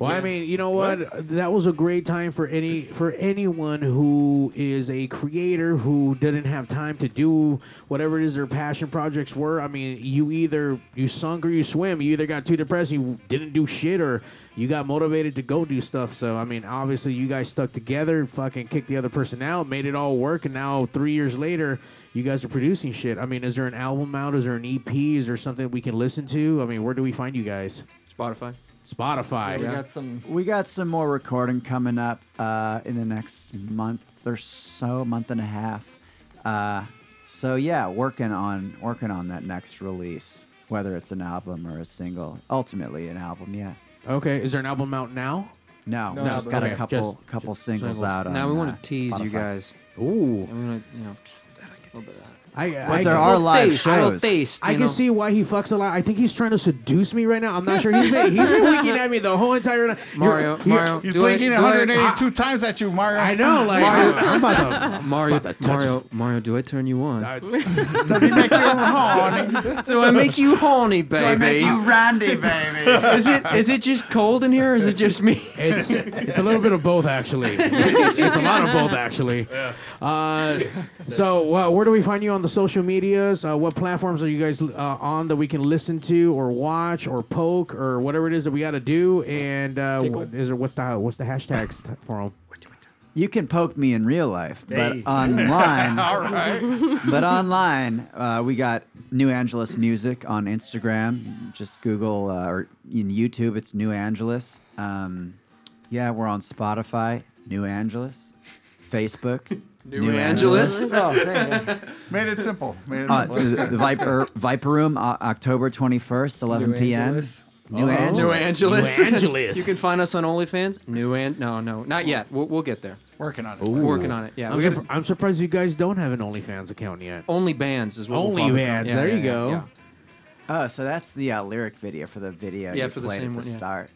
E: Well, I
J: Yeah.
E: mean, you know what? That was a great time for any for anyone who is a creator who didn't have time to do whatever it is their passion projects were. I mean, you either you sunk or you swim. You either got too depressed, you didn't do shit, or you got motivated to go do stuff. So, I mean, obviously, you guys stuck together, fucking kicked the other person out, made it all work, and now three years later. You guys are producing shit. I mean, is there an album out? Is there an EP? Is there something we can listen to? I mean, where do we find you guys?
H: Spotify.
E: Spotify.
J: some.
I: We got some more recording coming up uh, in the next month or so, month and a half. Uh, so yeah, working on working on that next release, whether it's an album or a single. Ultimately, an album. Yeah.
E: Okay, is there an album out now?
I: No,
E: No,
I: we just got
E: okay,
I: a couple
E: just-
I: couple
E: just
I: singles,
E: singles.
I: out.
H: Now
I: on,
H: we want
I: uh,
H: to tease you
I: Spotify.
H: guys.
E: Ooh.
H: And we want to, you know. a little bit of that.
E: I,
H: But
E: I can-
H: there are Little live taste, little shows. taste,
E: I
H: you
E: can
H: know.
E: see why he fucks a lot. I think he's trying to seduce me right now. I'm not sure.
H: *laughs*
E: He's been, he's been winking at me the whole entire night.
H: Mario, Mario,
D: He's
H: do it, Ah.
D: blinking
H: do it.
D: 182 times at you, Mario.
E: I *laughs* know, like
D: Mario.
E: I'm
D: *laughs*
E: about to.
H: *laughs* Mario,
E: About to touch
H: Mario, Mario, do I turn you on?
D: Does he make you horny?
H: *laughs* do I make
E: *laughs*
H: you horny, baby?
I: Randy, baby?
H: *laughs* is it is it just cold in here, or is it just me?
E: *laughs* It's it's a little bit of both actually. it's a lot of both actually. Uh, so uh, where do we find you on the social medias? Uh, what platforms are you guys uh, on that we can listen to or watch or poke or whatever it is that we got to do? And uh,
I: Tickle.
E: wh- is there what's the what's the hashtags for 'em?
I: You can poke me in real life,
E: Hey.
H: *laughs*
I: but online.
D: All right.
I: but online, uh, we got New Angeles Music on Instagram. Just Google uh, or in YouTube, it's New Angeles. Um, yeah, we're on Spotify, New Angeles, Facebook,
H: *laughs* New Angeles. *laughs*
D: *laughs* Made it simple. Made it
I: Uh,
D: simple.
I: the, the Viper Viper Room, uh, October twenty first, eleven
H: New
I: p.m.
H: Angeles.
I: New
H: Uh-oh.
I: Angeles.
H: New Angeles.
E: New Angeles.
H: *laughs* you can find us on OnlyFans. New and no, no, not yet. We'll, we'll get there.
D: Working on it.
H: We're working on it. Yeah,
E: I'm,
H: we
E: surpri- I'm surprised you guys don't have an OnlyFans account yet.
H: Only bands is what
E: *laughs*
H: we'll
E: Only
H: probably call it.
E: bands.
H: Yeah,
E: there
H: yeah,
E: you
H: yeah,
E: go.
H: yeah.
I: Oh, so that's the uh, lyric video for the video.
H: Yeah,
I: you
H: for the
I: played
H: same
I: at the
H: one, yeah.
I: start.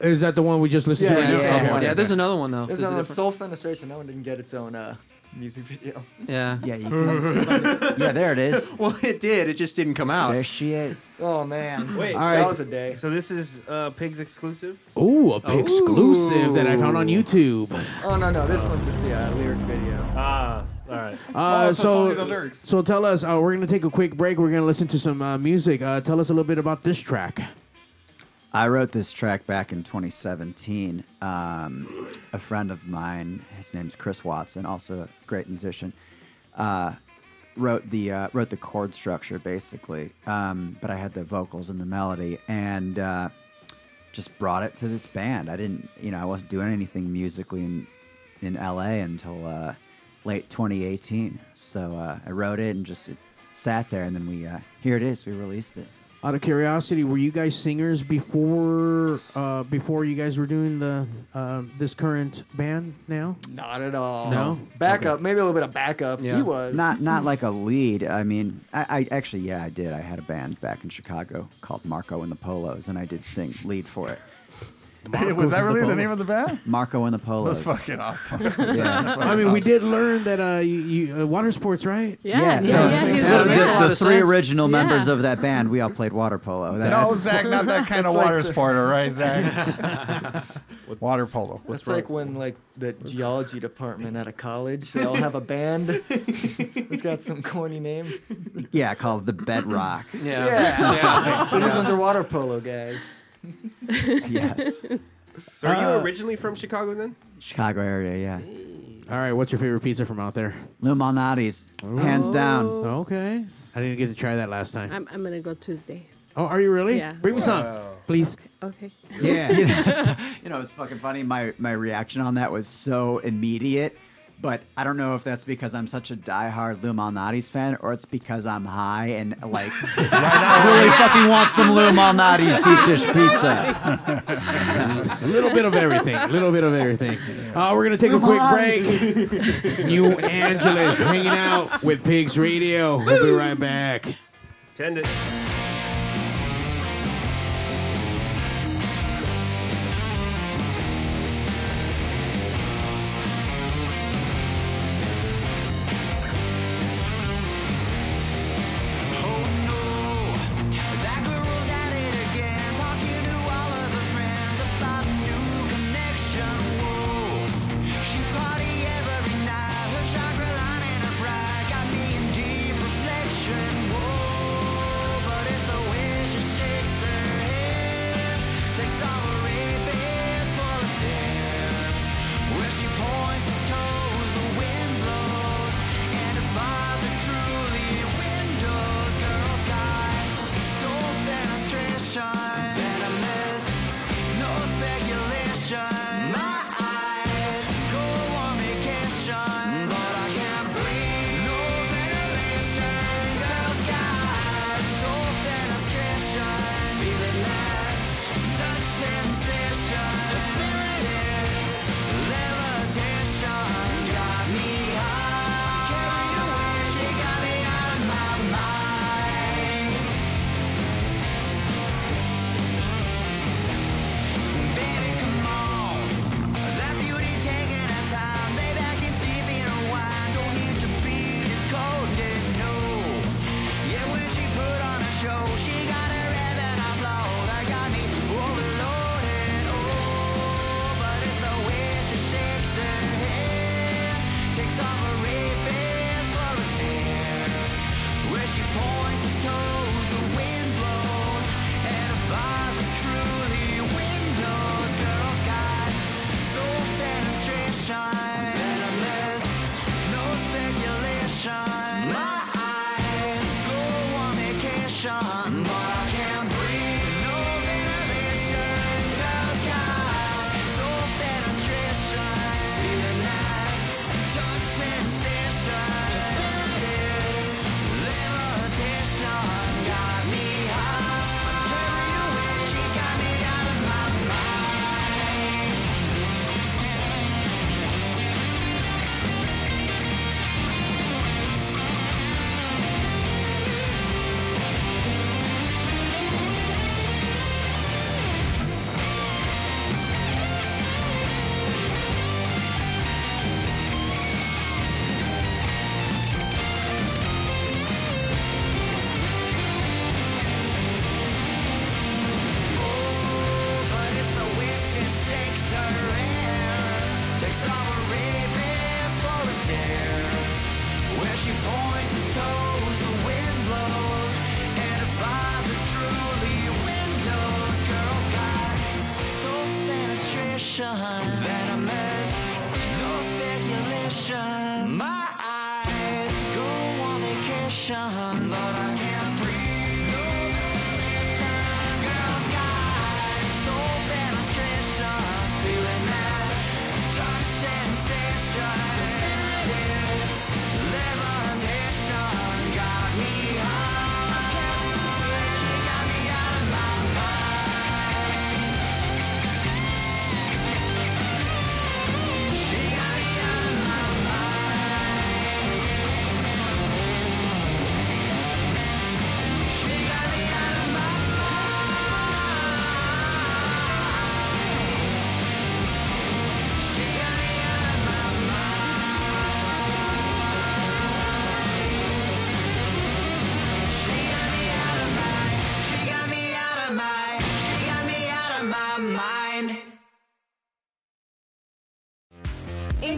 E: Is that the one we just listened
J: Yeah,
E: to?
J: yeah,
E: Okay,
J: yeah,
E: okay,
H: yeah, there's
E: okay.
H: another one though.
J: There's
H: There's a
J: another
H: different-
J: Soul Fenestration. That one didn't get its own uh, music video.
H: *laughs* Yeah.
I: Yeah,
J: *laughs*
I: you can- yeah, there it is.
H: *laughs* well, it did. It just didn't come out.
I: There she is.
J: Oh man.
F: Wait,
E: All right.
J: that was a day.
F: So this is uh, Pigs exclusive.
E: Ooh, a exclusive that I found on YouTube.
J: Oh no no, this one's just the uh, lyric video. Oh,
F: Ah, all right.
E: Uh, so, so tell us. Uh, we're gonna take a quick break. We're gonna listen to some uh, music. Uh, tell us a little bit about this track.
I: I wrote this track back in 2017. Um, a friend of mine, his name's Chris Watson, also a great musician, uh, wrote the uh, wrote the chord structure basically, um, but I had the vocals and the melody, and uh, just brought it to this band. I didn't, you know, I wasn't doing anything musically in in LA until uh, late 2018. So uh, I wrote it and just it sat there, and then we uh, here it is. We released it.
E: Out of curiosity, were you guys singers before uh, before you guys were doing the uh, this current band now?
J: Not at all.
E: No?
J: Backup. Maybe a little bit of backup. He was.
I: not not like a lead. I mean, I, I actually yeah, I did. I had a band back in Chicago called Marco and the Polos, and I did sing lead
D: *laughs*
I: for it.
D: was that really the name of the band?
I: Marco and the Polos.
D: That's fucking awesome.
I: *laughs* Yeah.
E: I mean, we did learn that uh, you, you uh, water sports, right?
I: so the- the, the three original members of that band, we all played water polo.
D: no, Zach,
J: *laughs*
D: not
I: *laughs*
D: that kind of
J: Oh, It's like
D: water
J: the-
D: sporter, right, Zach? water polo.
J: That's like when like the geology department at a college they all have a band. it's got some corny name.
I: yeah, called the Bedrock.
J: Yeah. But These underwater polo guys. *laughs*
I: Yes.
F: *laughs* So are
E: Uh,
F: you originally from Chicago then?
I: Chicago area, yeah.
E: All right, what's your favorite pizza from out there?
I: Lou Malnati's, hands down.
E: Okay, I didn't get to try that last time.
G: I'm, I'm gonna go Tuesday.
E: Oh, are you really?
G: Yeah.
E: Bring me some,
I: Wow.
E: please.
G: Okay. *laughs*
I: *laughs* you
E: *laughs*
I: know, so- you know, it's fucking funny. My my reaction on that was so immediate, but I don't know if that's because I'm such a diehard Lou Malnati's fan, or it's because I'm high and
E: *laughs*
I: like really fucking want some Lou Malnati's deep dish pizza.
E: A little bit of everything. A little bit of everything. Uh, we're going to take a quick
F: *laughs*
E: *laughs* break. New Angeles hanging out with Pigs Radio. We'll be right back.
F: Tend it.
A: That girl's at it again, talking to all of her friends about a new connection. Whoa, she party every night, her chakra line and her pride got me in deep reflection. Whoa, but it's the way she shakes her head, takes all the rapists for a stare. Where she points her toes, the wind blows, and her eyes are truly windows. Girls got so demonstration that I miss. No speculation. My eyes go on vacation, but I can't breathe. No ventilation. Girls got so demonstration, feeling that touch sensation. The spirit is levitation. Got me high, carried away. She got me out of my mind. Baby, come on. That beauty taking her time. Lay back and sip in her wine. Don't need to be decoded, no. Yeah, when she put on a show, she got a red and I blow. That got me overloaded, oh. But it's the way she shakes her head. Takes off her ribbons for a stare. Where she points her toes, the wind blows. And her eyes are truly windows. Girls got soul demonstration. That I miss, no speculation. My eyes go on vacation. But I can't breathe, no ventilation. Girls got soul demonstration. Feeling that touch sensation. Spirit Levitation got me high. Carried away, she got me out of my mind. But it's the wind that shakes her hair, takes all her ribbons for a stare. Where she points her toes, the wind blows, and her eyes are truly windows. Girls got so fenestration that I miss. No speculation. My eyes go on vacation, but I can't breathe. No ventilation. Girls got so fenestration, feeling that touch sensation. Definitive levitation got me high. She got me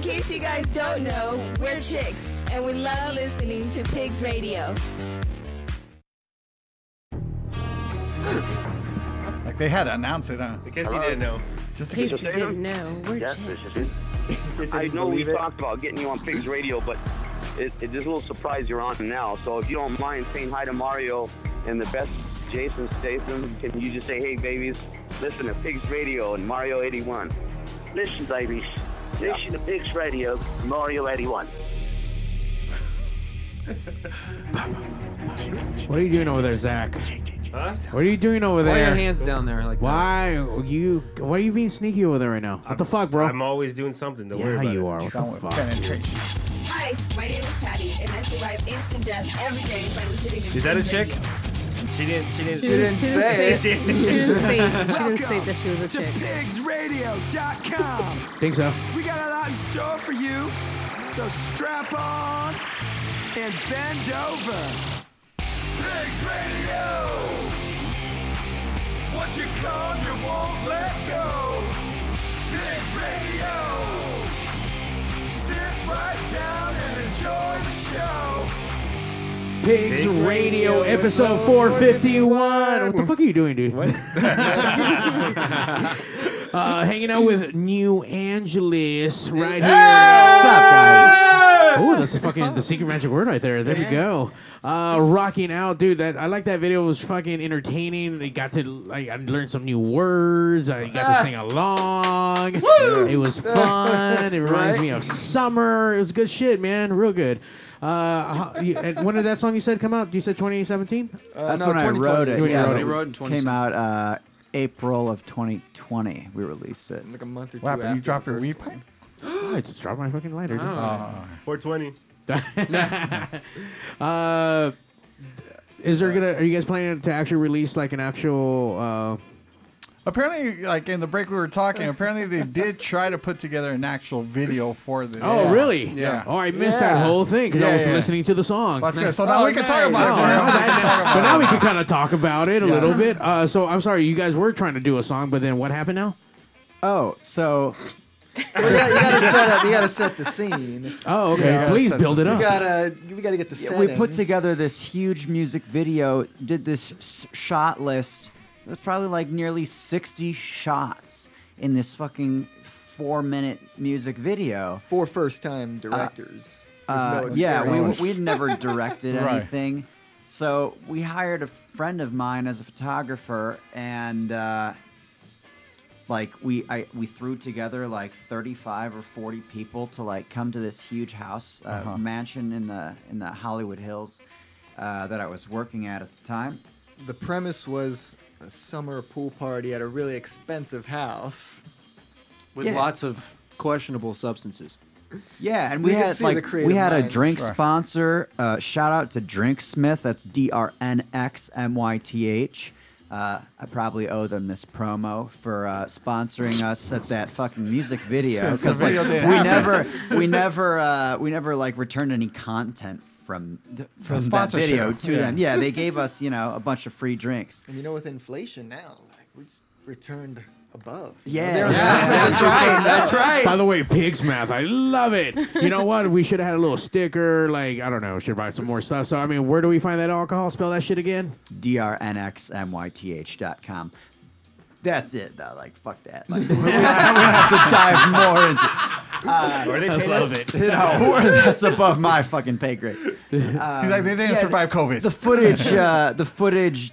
K: case you guys don't know, we're chicks, and we love listening to Pigs Radio.
D: *laughs* Like they had to announce it, huh?
F: Because he didn't know.
D: Just
G: In case you didn't know, we're
L: Yes,
G: chicks.
L: Bishop. I know we talked about getting you on Pigs Radio, but it, it is a little surprise you're on now. So if you don't mind saying hi to Mario and the best Jason Statham, can you just say, hey, babies, listen to Pigs Radio and Mario 81? Listen, babies, listen to Pigs Radio, Mario 81.
E: What are you doing over there, Zach?
F: Huh?
E: What are you doing over
H: Why are
E: there?
H: your hands down there like that?
E: Why are you? Why are you being sneaky over there right now? What the fuck, bro?
F: I'm always doing something. Don't worry
E: yeah,
F: about
E: you
F: it.
E: are. What the fuck?
K: Hi, my name is Patty, and I survive instant death every day by listening to
F: Is that a
K: Pigs
F: chick? She didn't. She didn't.
K: She didn't She didn't say. say-
F: *laughs* She-
K: she didn't say-
G: didn't
F: *laughs*
G: say that she was a
A: Welcome
G: chick.
A: to pigsradio.com.
E: Think so?
A: We got a lot in store for you, so strap on and bend over. Pigs Radio! What you call you won't let go. Pigs Radio! Sit right down and enjoy the show.
E: Pigs,
A: Pigs Radio,
E: Radio, episode 451. What the fuck are you doing, dude? *laughs* uh, hanging out with New Angeles right here. What's up, guys? Oh, that's the fucking the secret magic word right there. There we go. Uh, rocking out, dude. That I like that video. It was fucking entertaining. I got to like I learned some new words. I got to sing along.
A: Woo!
E: Uh, *laughs* It was fun. *laughs* It reminds
A: Right?
E: me of summer. It was good shit, man. Real good. Uh, how- you- and when did that song you said come out? You said 2017.
I: *laughs* Uh,
J: Uh,
I: That's when I wrote it.
E: When you
I: Yeah,
E: wrote
I: but
E: it.
I: came out uh, April of 2020. We released it.
J: Like a month or
I: What happened? You dropped
D: your weed pipe?
E: *gasps* I just dropped my fucking lighter. dude.
D: Oh.
F: 420.
I: Oh.
E: uh, is there gonna? Are you guys planning to actually release like an actual? Uh,
D: Apparently, like in the break we were talking, apparently they did try to put together an actual video for this.
E: Oh,
D: song.
E: really?
D: Yeah.
E: Oh, I missed that whole thing because I was listening to the song.
D: That's good. So now we can talk about it.
E: Oh,
D: Mario.
E: yeah.
D: We can talk about
E: but now
D: it.
E: we can kind of talk about it a
I: Yes.
E: little bit. Uh, so I'm sorry, you guys were trying to do a song, but then what happened now?
I: Oh, so
J: you gotta set up. You gotta set the scene.
E: Oh, okay. Please build it up.
J: You gotta. We gotta get the
I: Yeah,
J: setting.
I: we put together this huge music video, did this s- shot list. It was probably like nearly 60 shots in this fucking four minute music video.
J: Four first time directors. with
I: Uh,
J: no
I: yeah, we,
J: experience.
I: we'd never
J: *laughs*
I: directed
J: Right.
I: anything. So we hired a friend of mine as a photographer, and uh, like we I, we threw together like 35 or 40 people to like come to this huge house uh, it was
D: Uh-huh.
I: a mansion in the in the Hollywood Hills uh, that I was working at at the time.
J: The premise was a summer pool party at a really expensive house.
H: With lots of questionable substances.
I: Yeah, and
J: We
I: we,
J: could
I: had
J: see the
I: like
J: creative
I: we had a
J: minds.
I: drink
J: Sure.
I: sponsor. Uh, shout out to Drink Smith. That's D R N X M Y T H. Uh, I probably owe them this promo for uh, sponsoring us at that fucking music video
D: Since the
I: like,
D: video didn't
I: we never
D: happen.
I: we never uh, we never like returned any content from th- from that
J: sponsorship,
I: video to
J: yeah.
I: them. Yeah, they gave us you know a bunch of free drinks.
J: And you know, with inflation now, like we just returned above. You know,
I: Yeah,
J: their
I: yeah,
J: investment just
E: *laughs*
J: returned up.
E: By the way, pig's math, I love it. You know what? We should have had a little sticker. Like I don't know, should buy some more stuff. So I mean, where do we find that alcohol? Spell that shit again.
I: drnxmyth dot com. That's it though. Like fuck that.
J: *laughs*
I: Like, we, don't, we don't have to dive more into. Uh,
D: Or they pay
I: that's-
D: us. *laughs*
I: No, or that's above my fucking pay grade. Um,
D: He's like, they didn't survive COVID.
I: The
D: *laughs*
I: footage, uh, the footage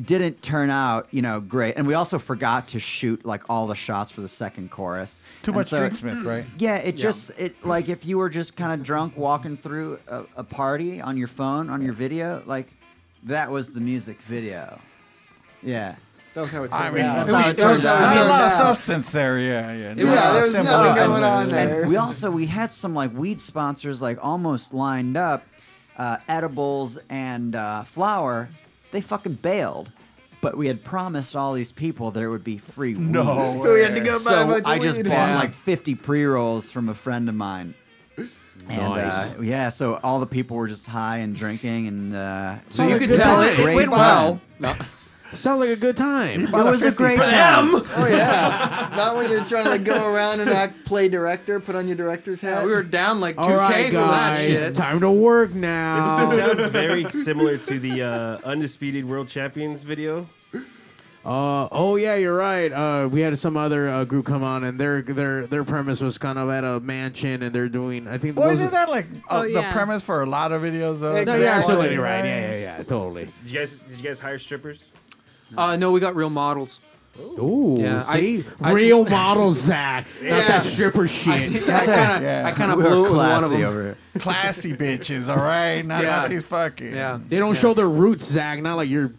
I: didn't turn out, you know, great. And we also forgot to shoot like all the shots for the second chorus.
D: Too
I: And
D: much Drink Smith, right?
I: *clears throat* Yeah, it
D: Yeah.
I: just it like if you were just kind of drunk walking through a, a party on your phone on your video, like that was the music video. Yeah.
J: That was how it turned
D: I mean,
I: out.
D: it was,
I: That's
D: there
I: how
D: was
I: it turned
D: not a
I: out.
D: lot of
I: Yeah.
D: substance there. Yeah, yeah. No, it's simple.
I: And we also we had some like weed sponsors like almost lined up, uh, edibles and uh, flour. They fucking bailed. But we had promised all these people there would be free weed.
D: No So we had to way. go buy a
I: So
D: bunch of
I: I just
D: weed.
I: bought
D: Yeah.
I: like 50 pre rolls from a friend of mine. And
E: Nice.
I: uh, yeah, so all the people were just high and drinking, and uh,
H: So
I: we
H: you
I: had a
H: could
I: good
H: tell
I: time.
H: it- it
I: Great
H: went *laughs*
I: time.
H: well.
E: Sounds like a good time.
J: It was a great
E: time.
J: Oh yeah. Not when you're trying to like, go around and act play director, put on your director's hat.
H: we were down like
E: All right, guys. Time to work now.
F: This, this
E: *laughs*
F: sounds very similar to the uh, undisputed world champions video.
E: Uh, oh yeah, you're right. Uh, we had some other uh, group come on, and their their their premise was kind of at a mansion, and they're doing. I think.
D: Well,
E: was
D: isn't
E: it-
D: that like uh,
E: Oh,
D: the
E: yeah.
D: premise for a lot of videos? Though?
E: No, you're absolutely
D: uh,
E: right.
D: *laughs*
E: Yeah, yeah, yeah, totally.
F: Did you guys? Did you guys hire strippers?
H: Uh, no, we got real models.
E: Ooh,
H: Yeah, I-
E: see,
H: I-
E: real
H: *laughs*
E: models, Zach, not
H: Yeah.
E: that stripper shit. *laughs*
H: I kinda- I kinda blew it with one of them.
D: Classy bitches, all right? Not,
E: Yeah.
D: not these fucking.
E: Yeah, they don't show their roots, Zach. Not like your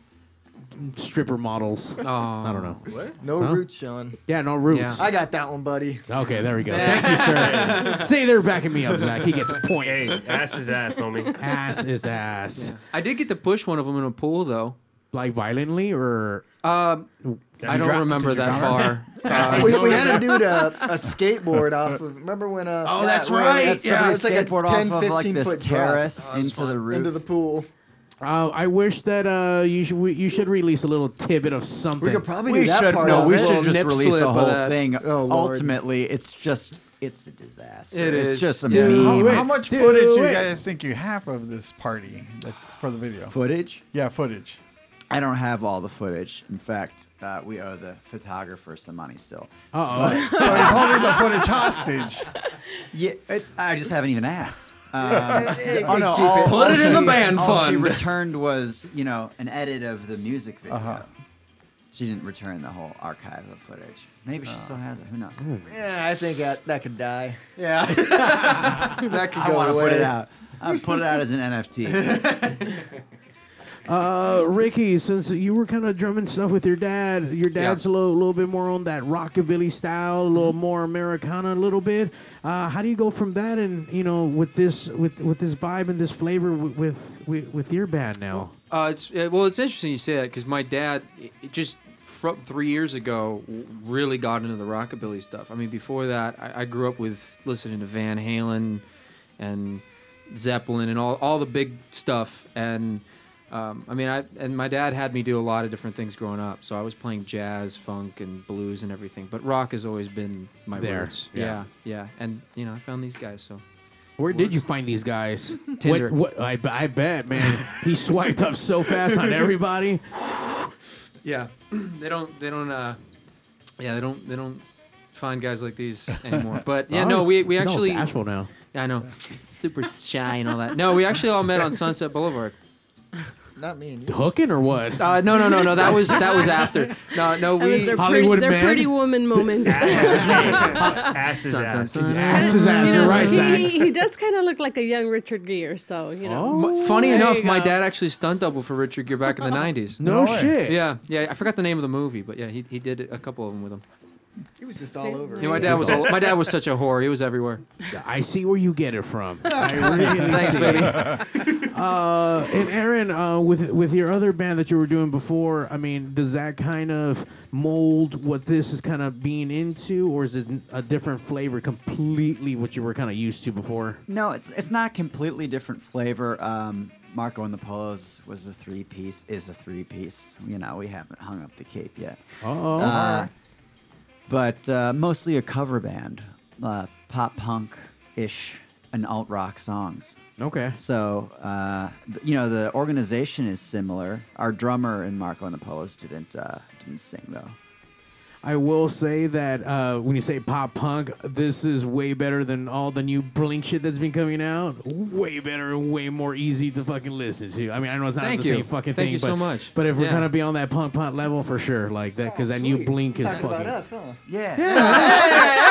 E: stripper models.
H: Oh.
E: I don't know.
J: What? No
E: Huh?
J: roots showing.
E: Yeah, no roots.
J: I got that one, buddy.
E: Okay, there we go.
J: Yeah.
E: Thank you,
H: *laughs*
E: sir. Say they're backing me up, Zach. He gets points.
F: Hey, ass is ass, homie.
E: Ass is ass.
H: I did get to push one of them in a pool though.
E: Like violently or?
H: Um,
E: Did
H: I
E: you
H: don't
E: drop-
H: remember
E: did you
H: that
E: drop *laughs*
J: *laughs*
H: far.
E: her?
H: Uh,
J: we, we had a dude uh, a skateboard off of. Remember when? Uh,
I: Oh,
J: yeah,
I: that's
J: when
I: right,
J: it's-
I: yeah.
J: It's like a 10,
I: Skateboard off
J: 15
I: of, like, this
J: foot drop
I: terrace Oh, that's into the fun. roof.
J: Into the pool.
E: Uh, I wish that uh, you should we, you should release a little tidbit of something.
J: We could probably
I: we should no, we should just release the whole thing.
J: Oh, Lord.
I: Ultimately, it's just it's a disaster.
D: It
I: it's
D: is.
I: just a
D: Dude,
I: meme.
D: How, how much footage you guys think you have of this party that, for the video?
I: Footage?
D: Yeah, footage.
I: I don't have all the footage. In fact, uh, we owe the photographer some money still.
D: Uh-oh. *laughs*
I: But-
D: So Oh, he's holding the footage hostage.
I: Yeah, it's, I just haven't even asked.
D: *laughs* Yeah,
I: Um,
D: they-
I: oh,
D: they
I: no,
D: keep
I: all-
D: it.
I: all
D: Put it in the
I: she-
D: band
I: all she
D: fund.
I: returned was, you know, an edit of the music video.
D: Uh-huh.
I: She didn't return the whole archive of footage. Maybe she
D: Uh.
J: Oh.
I: still has it. Who knows?
J: Yeah, I think that that could die.
I: Yeah. *laughs*
J: that could
I: I
J: go
I: want to
J: away.
I: put it out. I put it out as an NFT.
E: Uh, Ricky, since you were kind of drumming stuff with your dad, your dad's a little, little bit more on that rockabilly style, a little more Americana, a little bit. Uh, how do you go from that and you know with this with with this vibe and this flavor with with, with, with your band now?
H: Uh, it's uh, well, it's interesting you say that because my dad i- it just from three years ago w- really got into the rockabilly stuff. I mean, before that, I, I grew up with listening to Van Halen and Zeppelin and all all the big stuff. And um, I mean, I and my dad had me do a lot of different things growing up. So I was playing jazz, funk, and blues and everything. But rock has always been my
E: There,
H: roots.
E: yeah.
H: yeah, yeah. And you know, I found these guys. So
E: Where did you find these guys?
H: *laughs*
E: What-
H: Tinder.
E: What, I, b- I bet, man. he swiped up so fast on everybody.
H: Yeah, *clears throat* they don't. They don't. Uh, yeah, they don't. They don't find guys
E: *laughs*
H: like these anymore. But yeah,
E: Oh,
H: no, we we
E: he's all
H: actually
E: bashful now.
H: Yeah,
G: *laughs*
H: I know, super shy and all that. No, we actually all met on Sunset Boulevard.
J: Not me and
E: *laughs*
J: you.
E: Hooking or what?
H: Uh, no, no, no, no. That was that
E: *laughs*
H: was after. No, no,
G: That was
H: we
G: their Hollywood pretty, their pretty woman moment. *laughs*
F: Ass is ass.
E: Ass is ass. You're right,
G: he,
H: Zach.
G: *laughs* he- he does kind of look like a young Richard Gere, so you
E: Oh.
G: know.
H: M- Funny
G: There
H: enough,
G: you
H: my
G: go.
H: dad actually stunt double for Richard
E: *laughs*
H: Gere back in the '90s.
E: No No way. shit.
H: Yeah, yeah. I forgot the name of the movie, but yeah, he, he did a couple of them with him.
J: He was just all over.
H: Yeah, my dad was all, my dad was such a whore. He was everywhere.
E: I see where you get it
H: *laughs*
E: from. I really
H: Thanks,
E: see.
H: baby.
E: *laughs* uh, and Aaron, uh, with with your other band that you were doing before, I mean, does that kind of mold what this is kind of being into, or is it a different flavor completely what you were kind of used to before?
I: *laughs* No, it's it's not completely different flavor. Um, Marco and the Polos was a three piece, is a three piece. You know, we haven't hung up the cape yet.
E: Uh-oh.
I: Uh, but uh, mostly a cover band, uh, pop punk ish, and alt rock songs.
E: Okay.
I: So uh, th- you know the organization is similar. Our drummer and Marco and the Polos didn't uh, didn't sing though.
E: I will say that uh, when you say pop punk, this is way better than all the new Blink shit that's been coming out. Way better and way more easy to fucking listen to. I mean, I know it's not
H: Thank
E: the
H: you.
E: same fucking
H: Thank
E: thing,
H: you
E: but,
H: so much.
E: but if we're
H: Yeah.
E: gonna be on that punk punk level for sure, like
D: Oh,
E: that, because that new
J: Sweet.
E: Blink is
J: talking
E: fucking.
J: about us, huh?
I: Yeah.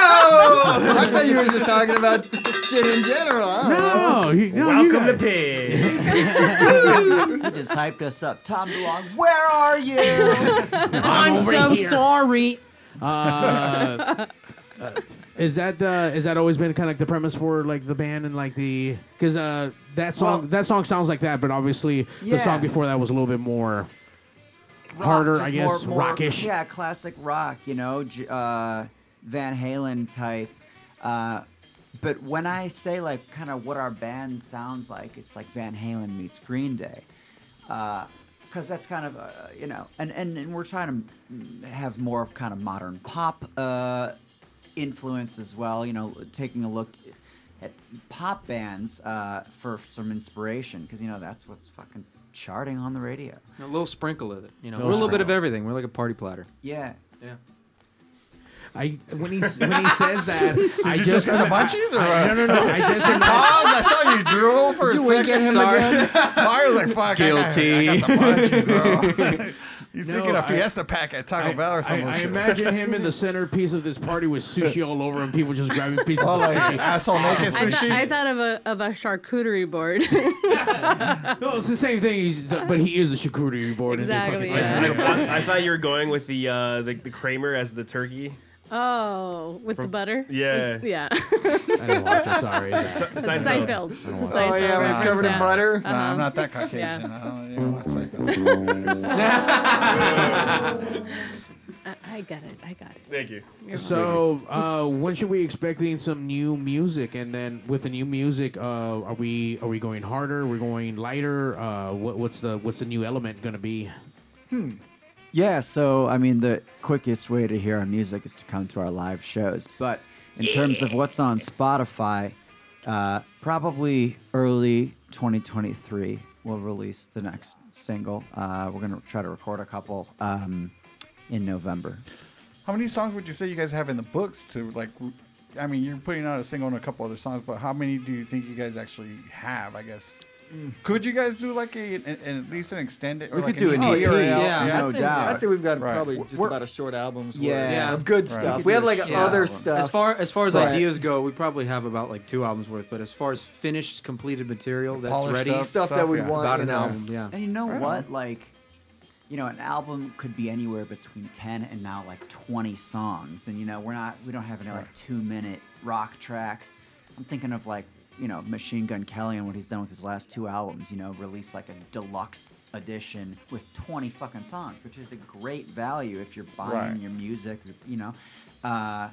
J: I thought you were just talking about shit in general. I don't know.
E: No, you, Oh, no, you
F: Welcome
E: got-
F: to Pig.
I: he just hyped us up. Tom DeLong, where are you?
E: I'm so here.
H: sorry.
E: Uh, uh, is that the is that always been kind of like the premise for like the band and like the because uh that song that song sounds like that, but obviously
I: Yeah.
E: the song before that was a little bit more
I: rock,
E: harder,
I: just
E: I guess,
I: more- more-
D: *laughs*
E: rockish.
I: Yeah, classic rock, you know, j- uh, Van Halen type. Uh, but when I say like kind of what our band sounds like, it's like Van Halen meets Green Day. Uh, because that's kind of uh, you know, and, and and we're trying to have more kind of modern pop uh, influence as well. You know, taking a look at pop bands uh, for some inspiration because you know that's what's fucking charting on the radio.
H: A little sprinkle of it, you know.
I: Little
H: We're a little bit of
I: sprinkle.
H: everything. We're like a party platter.
I: Yeah.
H: Yeah.
E: I when he when he says that, I
H: you
E: just,
H: just eat the
E: I- I-
H: munchies or
E: I-
H: what?
E: Uh, no, no, no. I just
D: *laughs* Pause. I saw you drool for
I: Did
D: a
I: you wink
D: second.
I: at him
D: Sorry.
I: again?
D: *laughs* I was like, fuck. I got, I
I: *laughs*
D: got the
E: *laughs*
D: munchies, bro. He's
E: No,
D: thinking a
E: I-
D: Fiesta pack at Taco
E: I-
D: Bell or
E: I,
D: something.
E: I imagine him in the centerpiece of this party with sushi all over him, people just
D: *laughs*
E: grabbing pieces
D: Oh,
E: of
D: like,
E: sushi.
G: *laughs*
D: asshole,
E: *laughs*
D: make it
G: I, thought I thought of a of a charcuterie board. *laughs*
E: no, it's the same thing. He's, but he is a charcuterie board. In
G: Exactly,
E: this
G: yeah.
E: fucking scenario.
F: I, I thought you were going with the uh, the, the Kramer as the turkey.
G: oh, with the
F: From-
G: butter.
F: Yeah.
G: With- yeah.
F: I didn't watch it, *laughs* sorry.
G: It's
F: Se- Seinfeld.
G: Seinfeld. It's a
F: Oh,
G: Seinfeld
J: yeah, when it's
G: reference,
J: covered in
G: yeah.
J: butter?
D: Nah, I'm
G: Uh-huh.
D: not that Caucasian.
G: *laughs* Yeah.
D: I don't even watch like
G: *laughs* I, I got it. I got it.
F: Thank you.
G: You're
E: So, uh, when should we expecting some new music? And then with the new music, uh, are we are we going harder? We're going lighter? Uh, what, what's the what's the new element going to be?
I: Yeah, so I mean, the quickest way to hear our music is to come to our live shows. But in terms of what's on Spotify, uh, probably early 2023, we'll release the next single. Uh, we're going to try to record a couple um, in November.
D: *laughs* How many songs would you say you guys have in the books to like? w- I mean, you're putting out a single and a couple other songs, but how many do you think you guys actually have? I guess.
E: Mm.
D: Could you guys do like a an, an- at least an extended? Or
I: We
D: like
I: could do
D: an
I: an
H: E
I: EP,
D: or
I: yeah, no
D: I think-
I: doubt.
J: I'd say we've got
D: Right.
J: probably just
D: We're-
J: about a short album's worth
H: Yeah. Yeah.
J: of good
H: Right.
J: stuff.
H: We
J: We,
H: could
J: have
H: do a
J: like
H: shit
J: other
H: album.
J: stuff.
H: As far as far as
J: but-
H: ideas go, we probably have about like two albums worth. But as far as finished, completed material that's
I: Polished
H: ready,
I: up Stuff that stuff, we'd yeah. want
H: about
I: in
H: an
I: there.
H: album. Yeah.
I: And you know
H: Right on.
I: what? Like, you know, an album could be anywhere between ten and now like twenty songs. And you know, we're not we don't have any like two minute rock tracks. I'm thinking of like you know Machine Gun Kelly and what he's done with his last two albums. You know, release like a deluxe edition with 20 fucking songs which is a great value if you're buying
D: Right.
I: your music you know uh,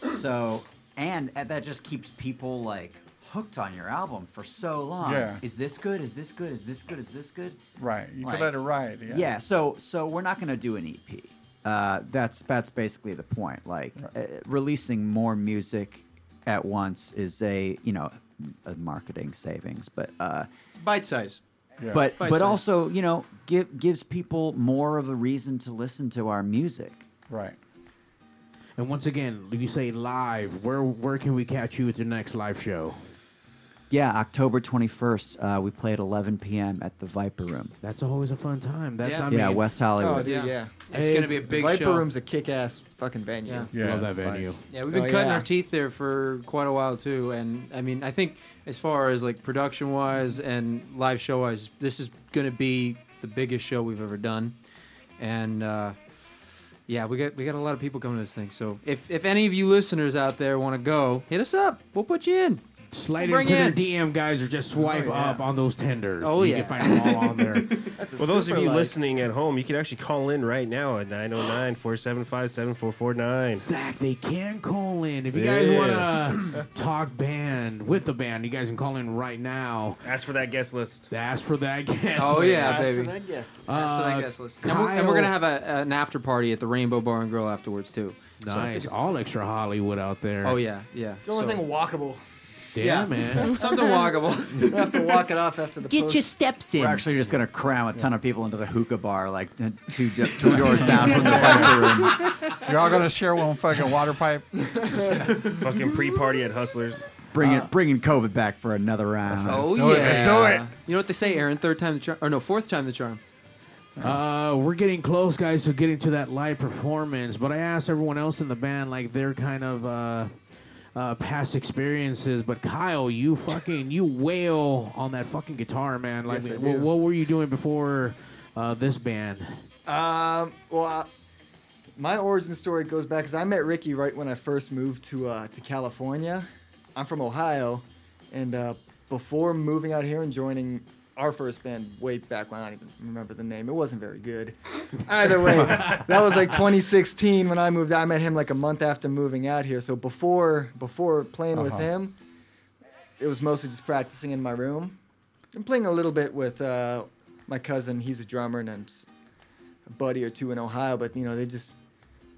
I: so and and that just keeps people like hooked on your album for so long
D: Yeah.
I: is this good is this good is this good is this good
D: Right. You
I: Like-
D: could let it ride. Yeah.
I: yeah so so we're not gonna do an ep uh, that's that's basically the point like uh, releasing more music at once is a you know a marketing savings but uh
H: Bite size.
I: but
H: Bite
I: but
H: size.
I: also you know give, gives people more of a reason to listen to our music
D: right
E: And once again, you say live. Where where can we catch you at your next live show?
I: Yeah, October 21st, uh, we play at 11 p.m. at the Viper Room.
E: That's always a fun time.
I: That's,
E: That's
I: yeah,
E: I
I: yeah
E: mean-
I: West Hollywood.
J: Oh, dude, yeah.
H: It's gonna be a big
J: Viper
H: show.
J: Room's a kick-ass fucking venue.
E: Yeah, Love that it's venue. nice.
H: Yeah, we've been
J: Oh,
H: cutting
J: yeah.
H: our teeth there for quite a while too, and I mean, I think as far as like production wise and live show wise, this is going to be the biggest show we've ever done, and uh, yeah, we got we got a lot of people coming to this thing. So if if any of you listeners out there want to go, hit us up. We'll put you in.
E: Slide
H: Bring
E: into
H: it
E: their
H: in.
E: DM, guys, or just swipe up on those tenders.
H: Oh,
E: you
H: yeah.
E: can find them all on there.
F: Well, those of
E: super
F: you
E: like.
F: listening at home, you can actually call in right now at 909 475 7449.
E: Zach, they can call in. If you guys
F: Yeah.
E: want to *coughs* talk band with the band, you guys can call in right now.
F: Ask for that guest list.
E: Ask for that guest
H: *laughs* Oh
E: list.
H: yeah, baby. That's what
E: Uh,
H: I guess. Listen. And, we're, and we're
E: Kyle-
H: gonna have a, an after party at the Rainbow Bar and Grill afterwards too. So I think
E: Nice.
H: it's-
E: All extra Hollywood out there.
H: Oh yeah, yeah.
J: It's the only
H: So-
J: thing walkable.
E: Damn, man.
H: *laughs* Something
J: *laughs*
H: walkable.
J: You'll have to walk it off after the post.
I: steps in. We're actually just going to cram a ton of people into the hookah bar, like uh, two, do-
D: *laughs*
I: two doors down from the Viper Room.
D: You're all gonna share one fucking water pipe.
F: *laughs* Fucking pre party at Hustlers.
I: Bringing,
D: Uh,
I: bringing COVID back for another round.
H: Oh yeah, You know what they say, Aaron? Third time the charm, or no, fourth time the charm.
E: Uh, we're getting close, guys, to getting to that live performance. But I asked everyone else in the band, like their kind of uh, uh, past experiences. But Kyle, you fucking you wail on that fucking guitar, man. Like,
J: Yes, I
E: wh-
J: do.
E: what, were you doing before uh, this band?
J: Um, well, I, my origin story goes back because I met Ricky right when I first moved to uh, to California. I'm from Ohio, and uh, before moving out here and joining our first band way back when I don't even remember the name. It wasn't very good. Either
I: *laughs*
J: way, that was like 2016 when I moved. I met him like a month after moving out here. So before before playing with
D: Uh-huh.
J: him, it was mostly just practicing in my room. I'm playing a little bit with uh, my cousin, he's a drummer, and then s- a buddy or two in Ohio. But you know, they just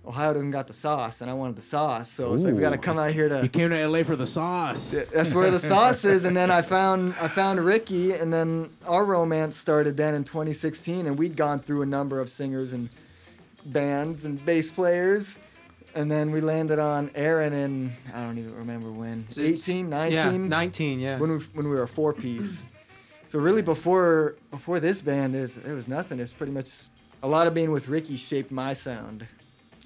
J: Ohio doesn't got the sauce, and I wanted the sauce, so it's like we got to
E: Ooh.
J: come out here to.
E: You came to LA for the sauce.
J: That's where the sauce is, and
E: *laughs*
J: then I found I found Ricky, and then our romance started then in 2016, and we'd gone through a number of singers and bands and bass players, and then we landed on Aaron in I don't even remember when
H: So it's-
J: 18,
H: yeah,
J: 19,
H: 19, yeah.
J: when we when we were a four piece. So really, before before this band, is it was nothing. It's pretty much a lot of being with Ricky shaped my sound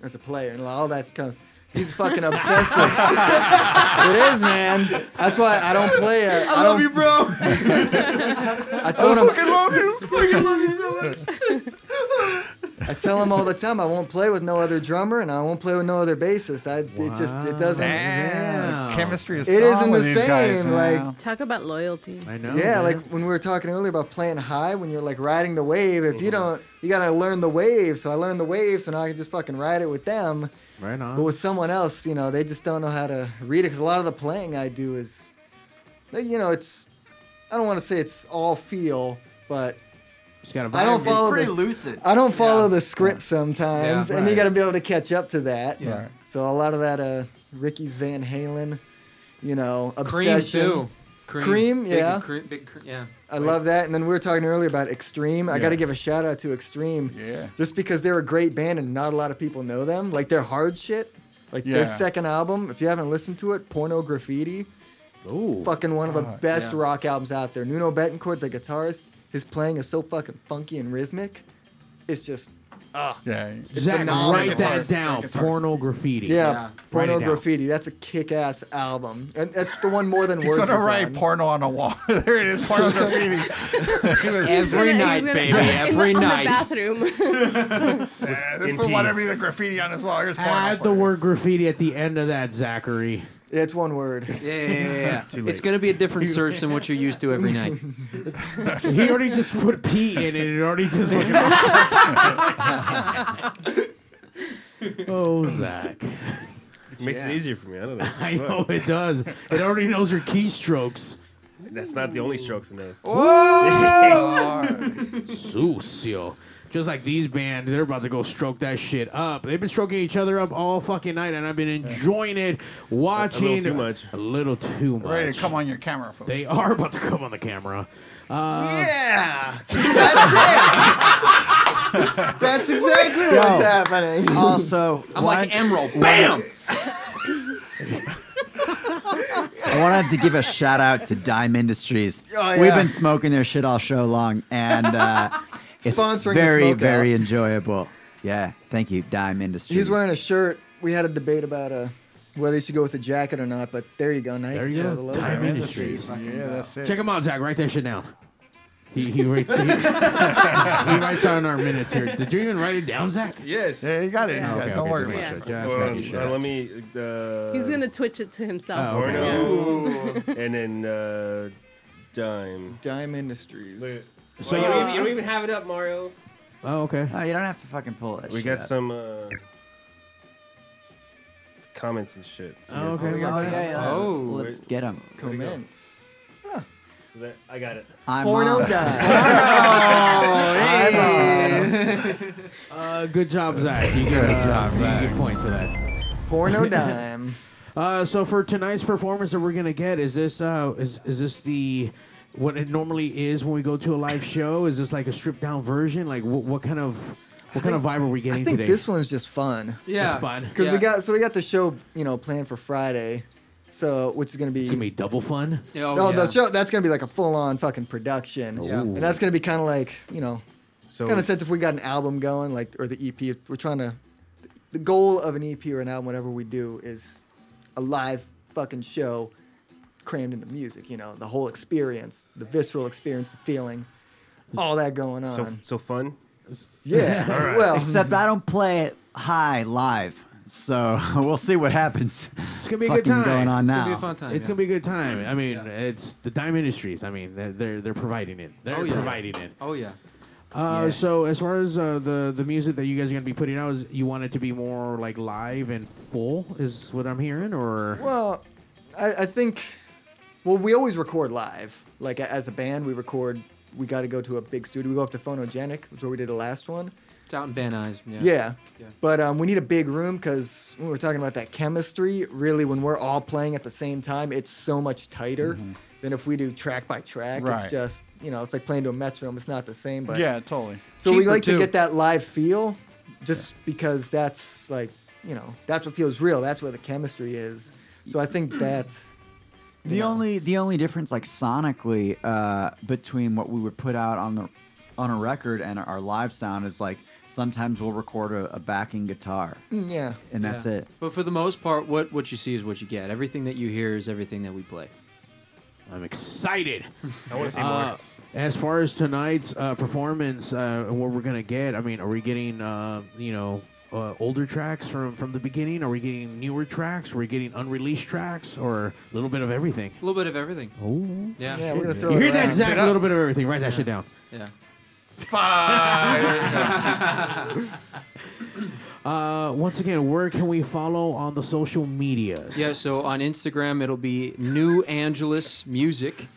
J: as a player, and all that comes. He's fucking obsessed with it. Is man. That's why I don't play. I I love you, bro. I told him. fucking love you. Fucking love you so much. *laughs* I tell him all the time I won't play with no other drummer and I won't play with no other bassist. I, It just it doesn't.
D: Damn. Chemistry is
J: It
D: strong
J: isn't the
D: with these
J: same.
D: guys,
J: like
D: yeah.
G: Talk about loyalty.
E: I
J: yeah, like when we were talking earlier about playing high, when you're like riding the wave, if you don't, you gotta learn the wave. So I learned the wave, so now I can just fucking ride it with them.
E: Right on.
J: But with someone else, you know, they just don't know how to read it because a lot of the playing I do is, like, you know, it's, I don't want to say it's all feel, but I don't follow
M: It's pretty
J: the,
M: lucid.
J: I don't follow the script sometimes,
M: Yeah.
J: and you
M: Right.
J: got to be able to catch up to that.
M: Yeah. Right.
J: So a lot of that, uh, Ricky's Van Halen, you know,
H: Cream,
J: obsession.
H: too. Cream. Big
J: yeah.
H: Cream- big Cream- yeah.
J: I love that. And then we were talking earlier about Extreme. I
H: Yeah.
J: got to give a shout out to Extreme. Yeah. Just because they're a great band and not a lot of people know them, like their hard shit, like
M: Yeah.
J: their second album. If you haven't listened to it, Porno Graffiti.
E: Ooh.
J: Fucking one of the
M: God,
J: best
M: yeah.
J: rock albums out there. Nuno Betancourt, the guitarist, his playing is so fucking funky and rhythmic. It's just ah.
D: Yeah.
J: It's
E: Zach,
J: phenomenal.
E: write that
J: Guitars,
E: down.
J: guitars.
E: Porno graffiti.
J: Yeah,
E: Write it
J: Porno
E: down.
J: Graffiti. That's a kick-ass album, and that's the one more than
D: *laughs* He's
J: words.
D: gonna
J: was
D: write
J: on.
D: porno on a wall. *laughs* there it is, porno graffiti.
J: Every night, baby, every night.
D: *laughs*
G: bathroom.
D: They put
E: NP.
D: whatever the graffiti on his wall. Here's porno.
E: Add the word graffiti at the end of that, Zachary.
J: Yeah, it's one word.
H: Yeah, yeah, yeah,
F: *laughs*
E: *laughs*
H: yeah. it's going to be a different search than
J: *laughs*
H: what you're used to every night.
E: he already just put P in it. It already just.
H: *laughs*
E: *laughs* oh, Zach.
F: makes it easier for me. I don't know.
E: *laughs* I know it does. It already knows your keystrokes.
F: That's not the only strokes it knows. *laughs*
E: Sucio. Just like these bands, they're about to go stroke that shit up. They've been stroking each other up all fucking night, and I've been enjoying it, watching.
F: too much.
E: A little too much.
D: Ready to come on your camera, folks.
E: They are about to come on the camera. Uh,
J: yeah,
E: *laughs*
J: that's it. that's exactly
I: Yo.
J: what's happening.
D: Oh,
I: Also,
H: I'm
I: why-
H: like an emerald. Bam!
I: I wanted to give a shout out to Dime Industries.
J: Oh,
I: We've
J: yeah.
I: been smoking their shit all show long,
J: *laughs*
I: and uh, it's
J: Sponsoring the
I: very,
J: smoke
I: very enjoyable. Yeah, thank you, Dime Industries.
J: He's wearing a shirt. We had a debate about uh, whether he should go with a jacket or not, but there you go. Now you
E: there
J: can
E: you
J: show
E: go.
J: the logo.
E: Time Industries.
D: Yeah, that's it.
E: Check him out, Zach. Write that shit down. He, he writes. He, *laughs* he writes on our minutes here. Did you even write it down, Zach?
F: Yes.
D: Yeah, you got it. You
E: Oh,
D: got
E: okay,
D: it. Don't
E: okay,
D: worry
E: just
D: about
E: making
D: it.
E: sure. Just
F: Well,
E: making sure.
F: uh, let me. Uh,
G: He's gonna twitch it to
E: Oh,
F: Oh,
G: himself.
F: Porno.
G: Yeah.
F: *laughs* and then uh, dime.
J: Dime Industries.
F: So you, don't even, you don't even have it up, Mario.
E: Oh, okay.
I: Oh, you don't have to fucking pull that.
F: We
I: shit
F: got
I: up.
F: some uh, comments and shit. So
I: Oh, okay. Oh, yeah, yeah. Let's get them.
J: Comments.
F: So that, I got it.
I: I'm
J: Porno
I: on.
J: guy. *laughs*
H: Oh.
E: Uh, good job, Zach. You get,
J: Good
E: uh,
J: job,
E: you
J: Zach.
E: get points for that.
J: Porno dime.
E: Uh, so for tonight's performance that we're gonna get, is this uh, is is this the what it normally is when we go to a live show? Is this like a stripped down version? Like what, what kind of what kind of vibe are we getting
J: I think
E: today?
J: this one's just fun.
E: Yeah. Just fun.
J: Because
E: Yeah.
J: we got so we got the show, you know, planned for Friday. So which is gonna be
E: it's gonna be double fun.
J: no, the show that's gonna be like a full on fucking production.
E: Yeah.
J: And that's gonna be kinda like, you know,
E: So-
J: kind of sense if we got an album going, like or the EP, if we're trying to the goal of an EP or an album, whatever we do, is a live fucking show crammed into music, you know, the whole experience, the visceral experience, the feeling, all that going on.
F: So, so fun. *laughs*
J: Yeah. Well,
I: except I don't play it high live, so *laughs* we'll see what happens.
E: It's gonna be a
I: fucking
E: good time.
I: Going on now.
E: It's gonna be a good time. I mean, it's the Dime Industries. I mean, they're they're, they're providing it. They're
H: Oh, yeah.
E: providing it.
H: Oh, yeah.
E: Uh,
H: Yeah.
E: So as far as uh, the the music that you guys are gonna be putting out, is you want it to be more like live and full, is what I'm hearing, or
J: Well, I, I think, well, we always record live. Like a- as a band, we record we got to go to a big studio. We go up to Phonogenic, which is where we did the last one.
H: It's out in Van Nuys. Yeah.
J: Yeah.
H: Yeah.
J: But um, we need a big room because when we're talking about that chemistry, really, when we're all playing at the same time, it's so much tighter than if we do track by track.
D: Mm-hmm. Right.
J: It's just, you know, it's like playing to a metronome. It's not the same. But
D: yeah, totally.
J: So we like to get that live feel just because that's like, you know, that's what feels real. That's where the chemistry is. So I think that.
I: The only the only difference, like sonically, uh, between what we would put out on the on a record and our live sound is like sometimes we'll record a, a backing guitar.
J: Mm, yeah.
I: And that's
H: Yeah.
I: it.
H: But for the most part, what what you see is what you get. Everything that you hear is everything that we play.
E: I'm
H: *laughs*
E: excited.
F: I wanna see
E: Uh, as far as tonight's uh, performance uh, and what we're gonna get, I mean, are we getting uh, you know uh, older tracks from from the beginning? Are we getting newer tracks? Are we getting unreleased tracks, or a little bit of everything?
H: A little bit of everything.
E: Oh,
H: Yeah.
J: Yeah, we're gonna throw
E: you
J: it
E: hear
J: around.
E: that, Zach?
J: Sit
E: A
J: up.
E: little bit of everything. Write that shit down.
H: Yeah.
E: Uh, once again, where can we follow on the social medias?
H: *laughs* Yeah, so on Instagram it'll be New Angeles Music,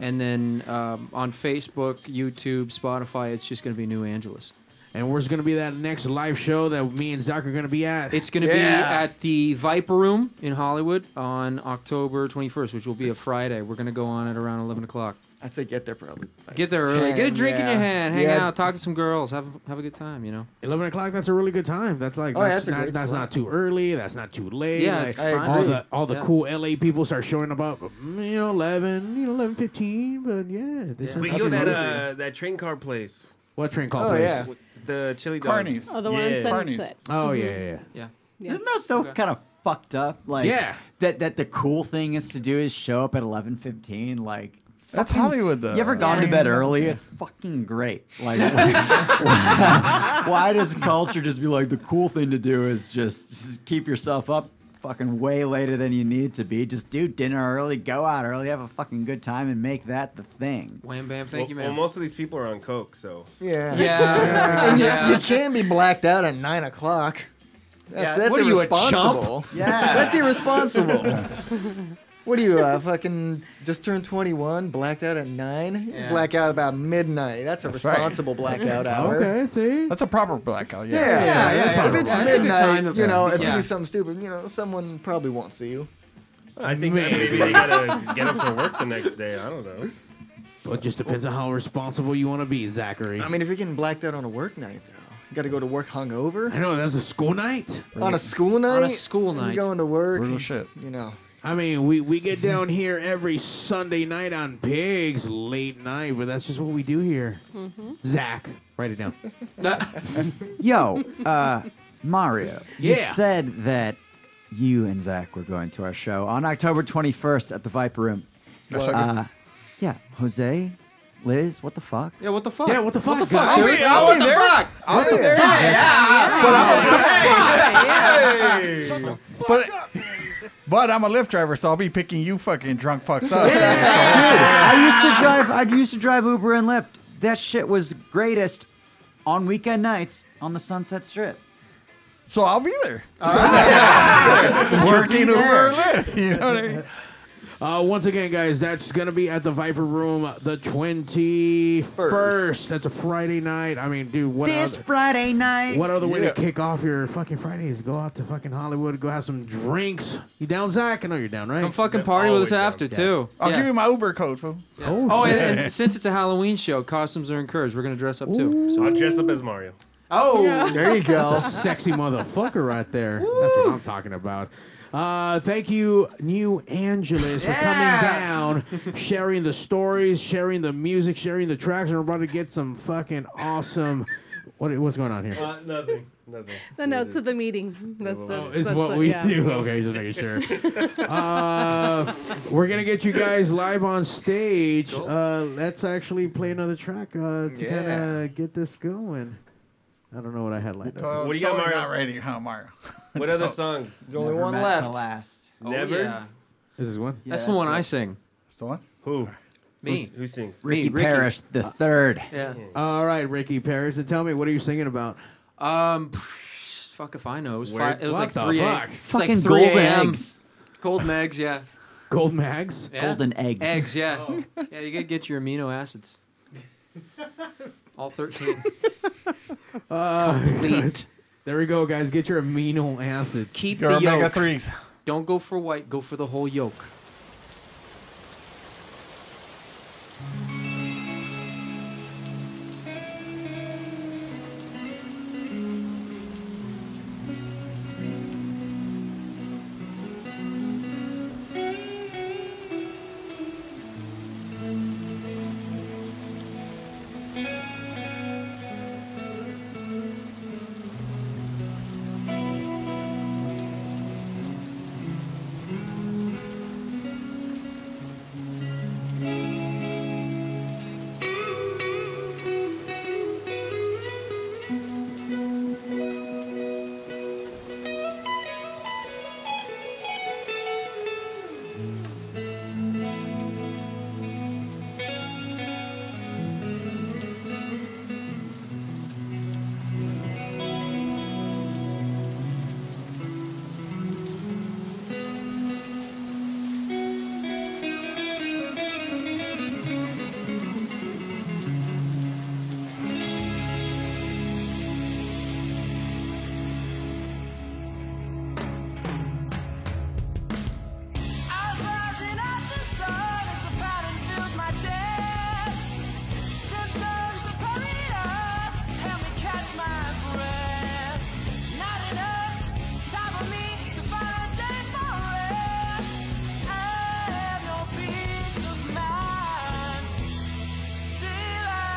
H: and then um, on Facebook, YouTube, Spotify, it's just going to be New Angeles.
E: And where's going to be that next live show that me and Zach are going to be at?
H: It's going to
E: Yeah.
H: be at the Viper Room in Hollywood on October 21st, which will be a Friday. We're going to go on at around 11 o'clock.
J: I'd say get there probably. by
H: Get there early.
J: 10,
H: Get a drink in
J: yeah.
H: your hand. Hang
J: Yeah.
H: out. Talk to some girls. Have have a good time. You know.
E: 11 o'clock, that's a really good time. That's like,
H: Oh,
E: that's,
H: that's a
E: not,
H: great
E: that's
H: slot.
E: not too early. That's not too late.
H: Yeah,
E: like,
H: it's I fine.
E: all
H: agree.
E: the, all the
H: Yeah.
E: cool LA people start showing up, mm, you know, 11, you know, 11 but yeah. They turn
F: We
E: up
F: go
E: to
F: that
E: it.
F: uh, that train car place.
E: What train call
F: Oh,
E: place?
F: yeah. The chili dogs.
E: Carnies.
G: Oh, the one in Sunset. Carnies.
E: Oh, yeah, yeah, yeah.
H: Yeah.
I: Isn't that so kind of fucked up? Like
E: Yeah.
I: that that the cool thing is to do is show up at eleven fifteen, like
D: That's
I: fucking-
D: Hollywood, though.
I: You ever gone to
D: Yeah.
I: bed early? It's fucking great. Like, *laughs* why, why does culture just be like the cool thing to do is just, just keep yourself up fucking way later than you need to be? Just do dinner early, go out early, have a fucking good time, and make that the thing.
H: Wham bam.
F: well,
H: Thank you, man.
F: Well, most of these people are on coke, so
J: Yeah. *laughs*
H: Yeah.
J: and
H: *laughs*
J: you,
H: Yeah.
J: you can be blacked out at nine o'clock. That's,
H: Yeah.
J: that's
H: What are you, a
J: irresponsible.
H: chump? Yeah.
J: That's irresponsible. what are you, uh, fucking just turned 21, blacked out at nine? You
D: Yeah.
J: Black out about midnight. That's a
D: That's right.
J: responsible blackout hour.
E: see.
D: That's a proper blackout. Yeah.
J: Yeah,
D: That's a proper
J: If it's
D: blackout.
J: midnight, you know, if you do something stupid, you know, someone probably won't see you.
F: I think that maybe they gotta get up for work the next day. I don't know.
E: Well, it just depends on how responsible you want to be, Zachary.
J: I mean, if you're getting blacked out on a work night, though, you got to go to work hungover.
E: I know, that's a school night?
J: On a school night?
H: school
J: You're going to work.
E: Real
J: shit. You know.
E: I mean, we, we get down here every Sunday night on Pigs, late night, but that's just what we do here. Zach, write it down.
I: Yo, uh, Mario, you
E: Yeah.
I: said that you and Zach were going to our show on October 21st at the Viper Room.
H: That's right.
I: Uh, yeah, Jose, Liz, what the fuck?
H: Yeah, what the fuck?
E: Yeah, what the fuck?
H: What the fuck?
E: guys?
H: dude?
E: I
H: what
E: was
H: the
E: there.
H: fuck?
E: I was there.
D: Hey. But, but I'm a Lyft driver, so I'll be picking you fucking drunk fucks up.
I: I used to drive. I used to drive Uber and Lyft. That shit was greatest on weekend nights on the Sunset Strip.
D: So I'll be there.
I: Working
D: Uber
E: *laughs* You know what I mean? Uh, once again, guys, that's going to be at the Viper Room the 21st. That's a Friday night. I mean, dude, what
I: this
E: other,
I: Friday night.
E: what other way
I: Yeah.
E: to kick off your fucking Fridays? Go out to fucking Hollywood, go have some drinks. You down, Zach? I know you're down, right?
H: Come fucking party with us after too.
D: I'll
H: Yeah.
D: give you my Uber code, fool.
E: Oh,
H: Oh, and, and since it's a Halloween show, costumes are encouraged. We're gonna dress up too.
F: I'll dress up as Mario.
H: Oh,
E: That's a sexy motherfucker right there. That's what I'm talking about. Uh, thank you, New Angeles, for coming down, sharing the stories, sharing the music, sharing the tracks, and we're about to get some fucking awesome. What, what's going on here?
F: *laughs* Uh, nothing. Nothing.
G: *laughs* The notes of the meeting. That's, that's,
E: is
G: that's
E: what we
G: yeah.
E: do. Okay, just making sure. uh, we're gonna get you guys live on stage. Uh, let's actually play another track uh, to kind
D: Yeah.
E: of get this going. I don't know what I had lined up.
F: What do you got, Mario?
D: Not ready, huh, Mario? Oh.
F: What other songs?
J: There's only one left.
F: Never.
E: This is one.
H: That's the one I sing.
D: That's the one.
F: Who?
H: Me.
F: Who's- who sings?
H: Me,
I: Ricky Parrish the third.
H: Yeah.
E: Uh, All right, Ricky Parrish, and tell me what are you singing about?
H: Um, fuck if I know. It was, fi-
E: Word.
H: it was
E: What
H: like
E: the
H: three.
E: fuck?
H: it was
E: Fucking
H: like 3
E: golden
H: a.m.
E: eggs.
H: Golden eggs, yeah.
E: Gold mags,
H: Yeah. Eggs, yeah. yeah, you gotta get your amino acids. All 13.
E: Uh,
H: Complete.
E: *laughs* there we go, guys. Get your amino acids.
H: Keep the yolk. Don't go for white. Go for the whole yolk.
A: Eyes rising at the sun as the pattern fills my chest. Symptoms of holiness help me catch my breath. Not enough time for me to find a day for rest. I have no peace of mind till I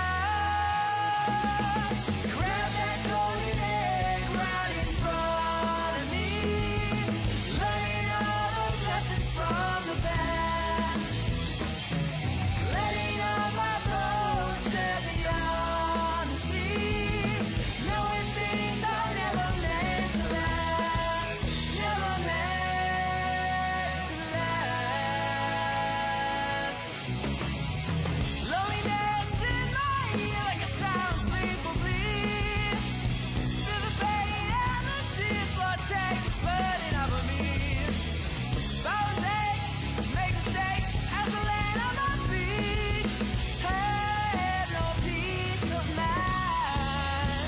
A: grab that golden egg right in front of me. Learning all those lessons from the past. Letting all my bones set beyond the sea. Knowing things are never meant to last. Never meant to last. Loneliness in my ear like a silence bleed for bleed. Feel the pain and the tears, Lord, take this burden off of me. Bones ache, make mistakes as I land on my feet. Have no peace of mind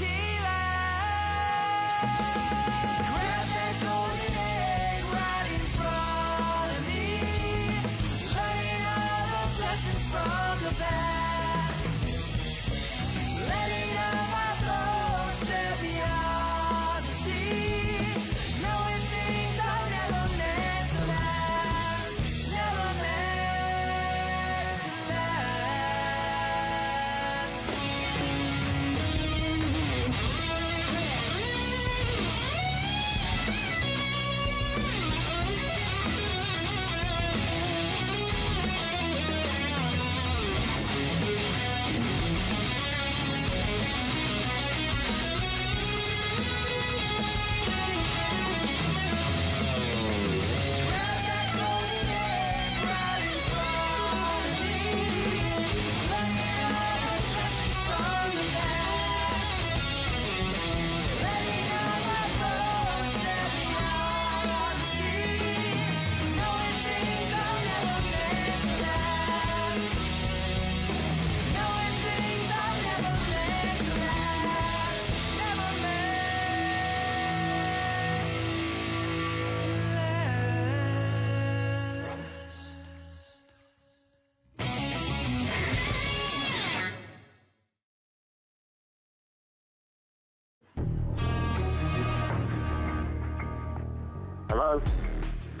A: till I grab that golden egg right in front of me. Learning all those lessons from the past. Letting all my bones sail beyond the sea. Knowing things are never meant to last. Never meant to
L: Hello?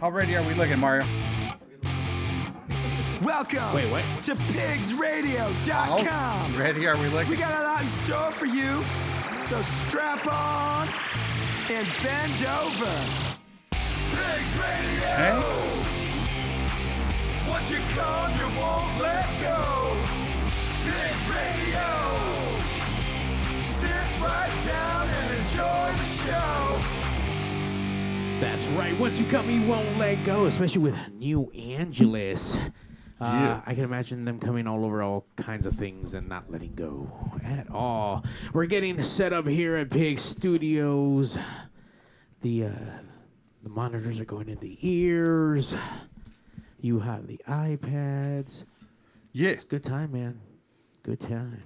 D: How ready are we looking, Mario?
M: Welcome
D: Wait, what?
M: to pigsradio.com.
D: Oh, ready are we looking?
M: We got a lot in store for you, so strap on and bend over. Pigs Radio! What you call, you won't let
E: right, once you cut me, you won't let go, especially with New Angeles. Uh,
C: Yeah.
E: I can imagine them coming all over all kinds of things and not letting go at all. We're getting set up here at Pig Studios. The uh, the monitors are going in the ears. You have the iPads.
D: Yeah,
E: good time, man. Good time.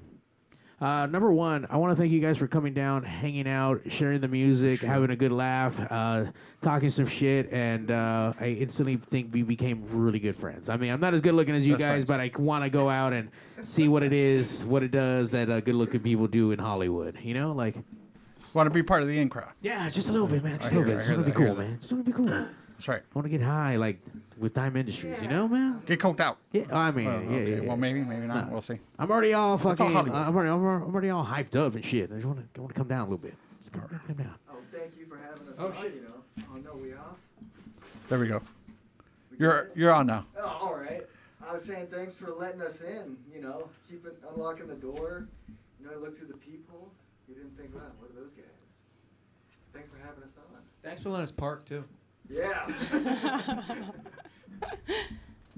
E: Uh, number one, I want to thank you guys for coming down, hanging out, sharing the music, having a good laugh, uh, talking some shit, and uh, I instantly think we became really good friends. I mean, I'm not as good looking as you
C: That's
E: guys, but I want to go out and see what it is, what it does that uh, good looking people do in Hollywood. You know, like
D: want to be part of the in crowd.
E: yeah, just a little bit, man.
D: I
E: Just a
D: hear
E: little bit.
D: that, I
E: Just
D: hear
E: want to be
D: that, I hear
E: cool,
D: that.
E: man. Just want to be cool.
D: That's right.
E: I want to get high, like with Dime Industries. You know, man.
D: Get coked out.
E: Yeah, I mean,
D: Well,
E: yeah,
D: okay,
E: yeah, yeah.
D: well, maybe, maybe not. We'll see.
E: I'm already all
D: That's all
E: fucking.
D: Hollywood.
E: I'm, already, I'm, already, I'm already all hyped up and shit. I just want to want to come down a little bit. Just come, come down.
J: Oh, thank you for having us. Oh, shit. You know. Oh, no, we off?
D: There we go. You're you're on now.
J: Oh, all right. I was saying thanks for letting us in, you know, keeping unlocking the door. You know, I looked through the peephole. You didn't think, wow, what are those guys? Thanks for having us on.
I: Thanks for letting us park too.
N: *laughs*
J: Yeah. *laughs*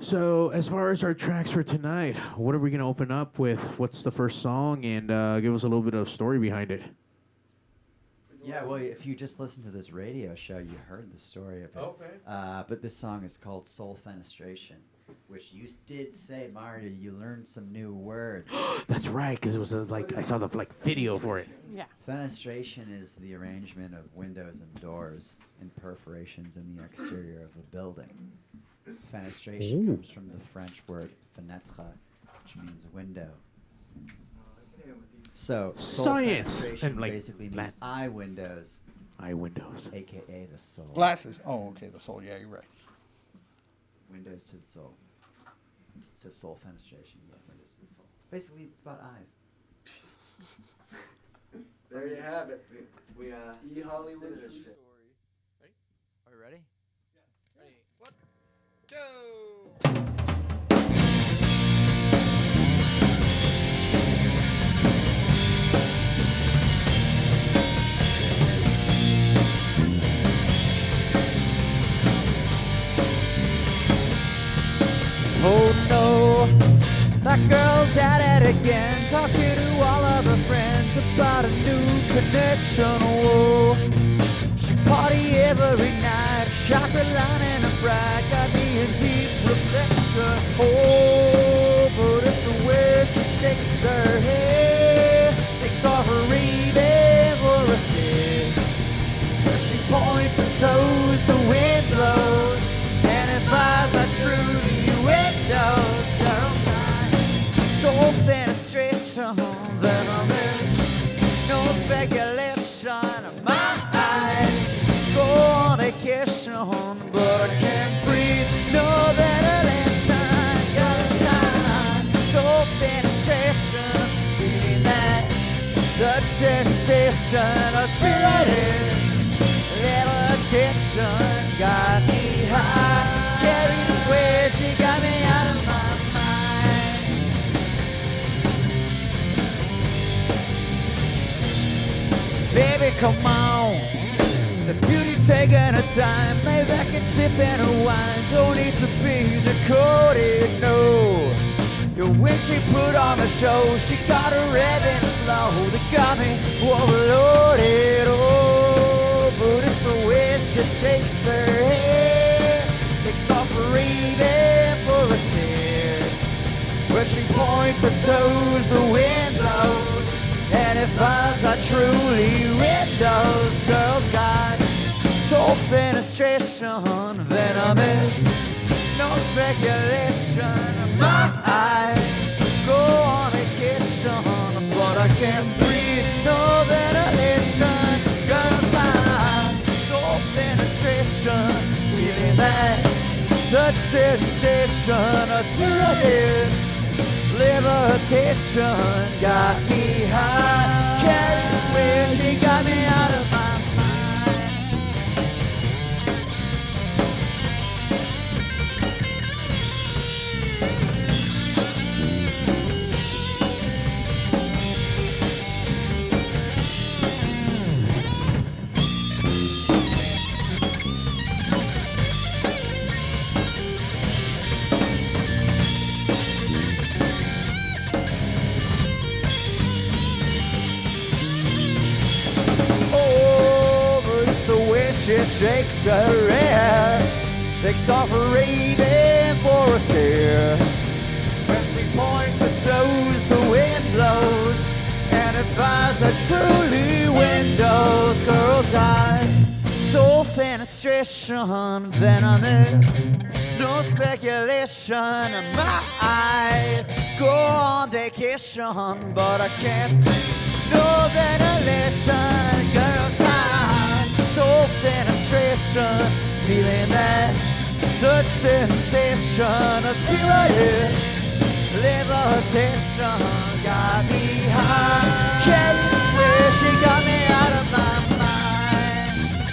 E: So, as far as our tracks for tonight, what are we gonna open up with? What's the first song, and uh, give us a little bit of story behind it.
N: Yeah, well, if you just listened to this radio show, you heard the story of it.
I: Okay.
N: Uh, but this song is called Soul Fenestration, which you s- did say, Mario, you learned some new words.
E: *gasps* That's right, because it was a, like I saw the like video for it.
O: Yeah.
N: Fenestration is the arrangement of windows and doors and perforations in the exterior of a building. Fenestration
E: Ooh.
N: comes from the French word fenêtre, which means window. So soul
E: Science!
N: fenestration
E: And, like,
N: basically means
E: Latin.
N: eye windows,
E: eye windows,
N: aka the soul.
D: Glasses. Oh, okay. The soul. Yeah, you're right.
N: Windows to the soul. So soul fenestration. Yeah, windows to the soul. Basically, it's about eyes.
J: there you have it.
N: We, uh,
J: E Hollywood True Story.
N: Are you ready? Oh no, that girl's at it again, talking to all of her friends about a new connection. Whoa. She party every night, shopping line and a bride, got me in deep reflection. Oh, but it's the way she shakes her head, thinks of her even for a stay. She points and toes, the wind blows, and if eyes are true to you, it knows. Girl, mine, soul fenestration, venomous, no speculation, my eyes go on vacation, but I can't breathe, no better than mine. Girl, mine, soul fenestration, feeling that touch sensation, a spirit in Levitation got me high. Carried away, she got me out of my mind. Baby, come on. The beauty taking her time. Lay back and sip in her wine. Don't need to be decoded, no. Yo, when she put on a show, she got her ebb and flow that got me oh, overloaded. Oh, but it's the way she shakes her head, takes off her even for a stare. Where she points her toes, the wind blows, and if eyes are truly windows, girls got soul fenestration, venomous, no speculation. My eyes go on vacation, but I can't breathe, no ventilation. Girls, my soul fenestration, feeling that touch sensation, a spirit. Levitation got me high. Can't win, she got me out of my mind. Oh, She shakes her head, takes off her raven for a steer. When she points and sows, the wind blows, and it finds a truly windows. Girls got soul fenestration, venomous. No speculation in my eyes. Go on vacation, but I can't. No ventilation, girls hide. Soul fenestration, feeling that touch sensation. A spirit levitation got me high. Kelly, where she got me out of my mind.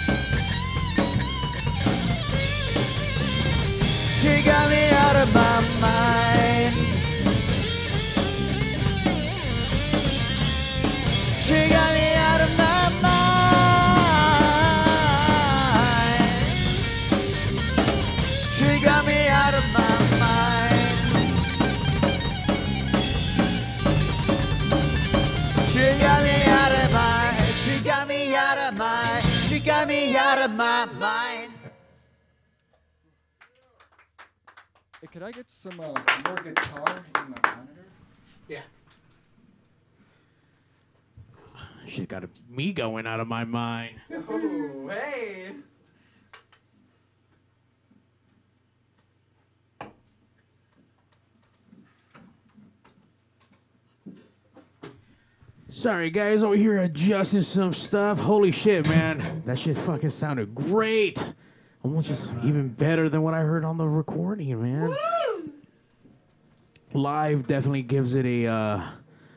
N: She got me out of my mind. She got me out of my mind. She got me out of my mind. She got me out of my. She got me out of my. She got me out of my mind.
J: Hey, could I get some uh, more guitar in my monitor? Yeah.
E: She got a, me going out of my mind.
J: Oh, hey.
E: Sorry, guys, over here adjusting some stuff. Holy shit, man. That shit fucking sounded great. Almost just even better than what I heard on the recording, man. Live definitely gives it a uh,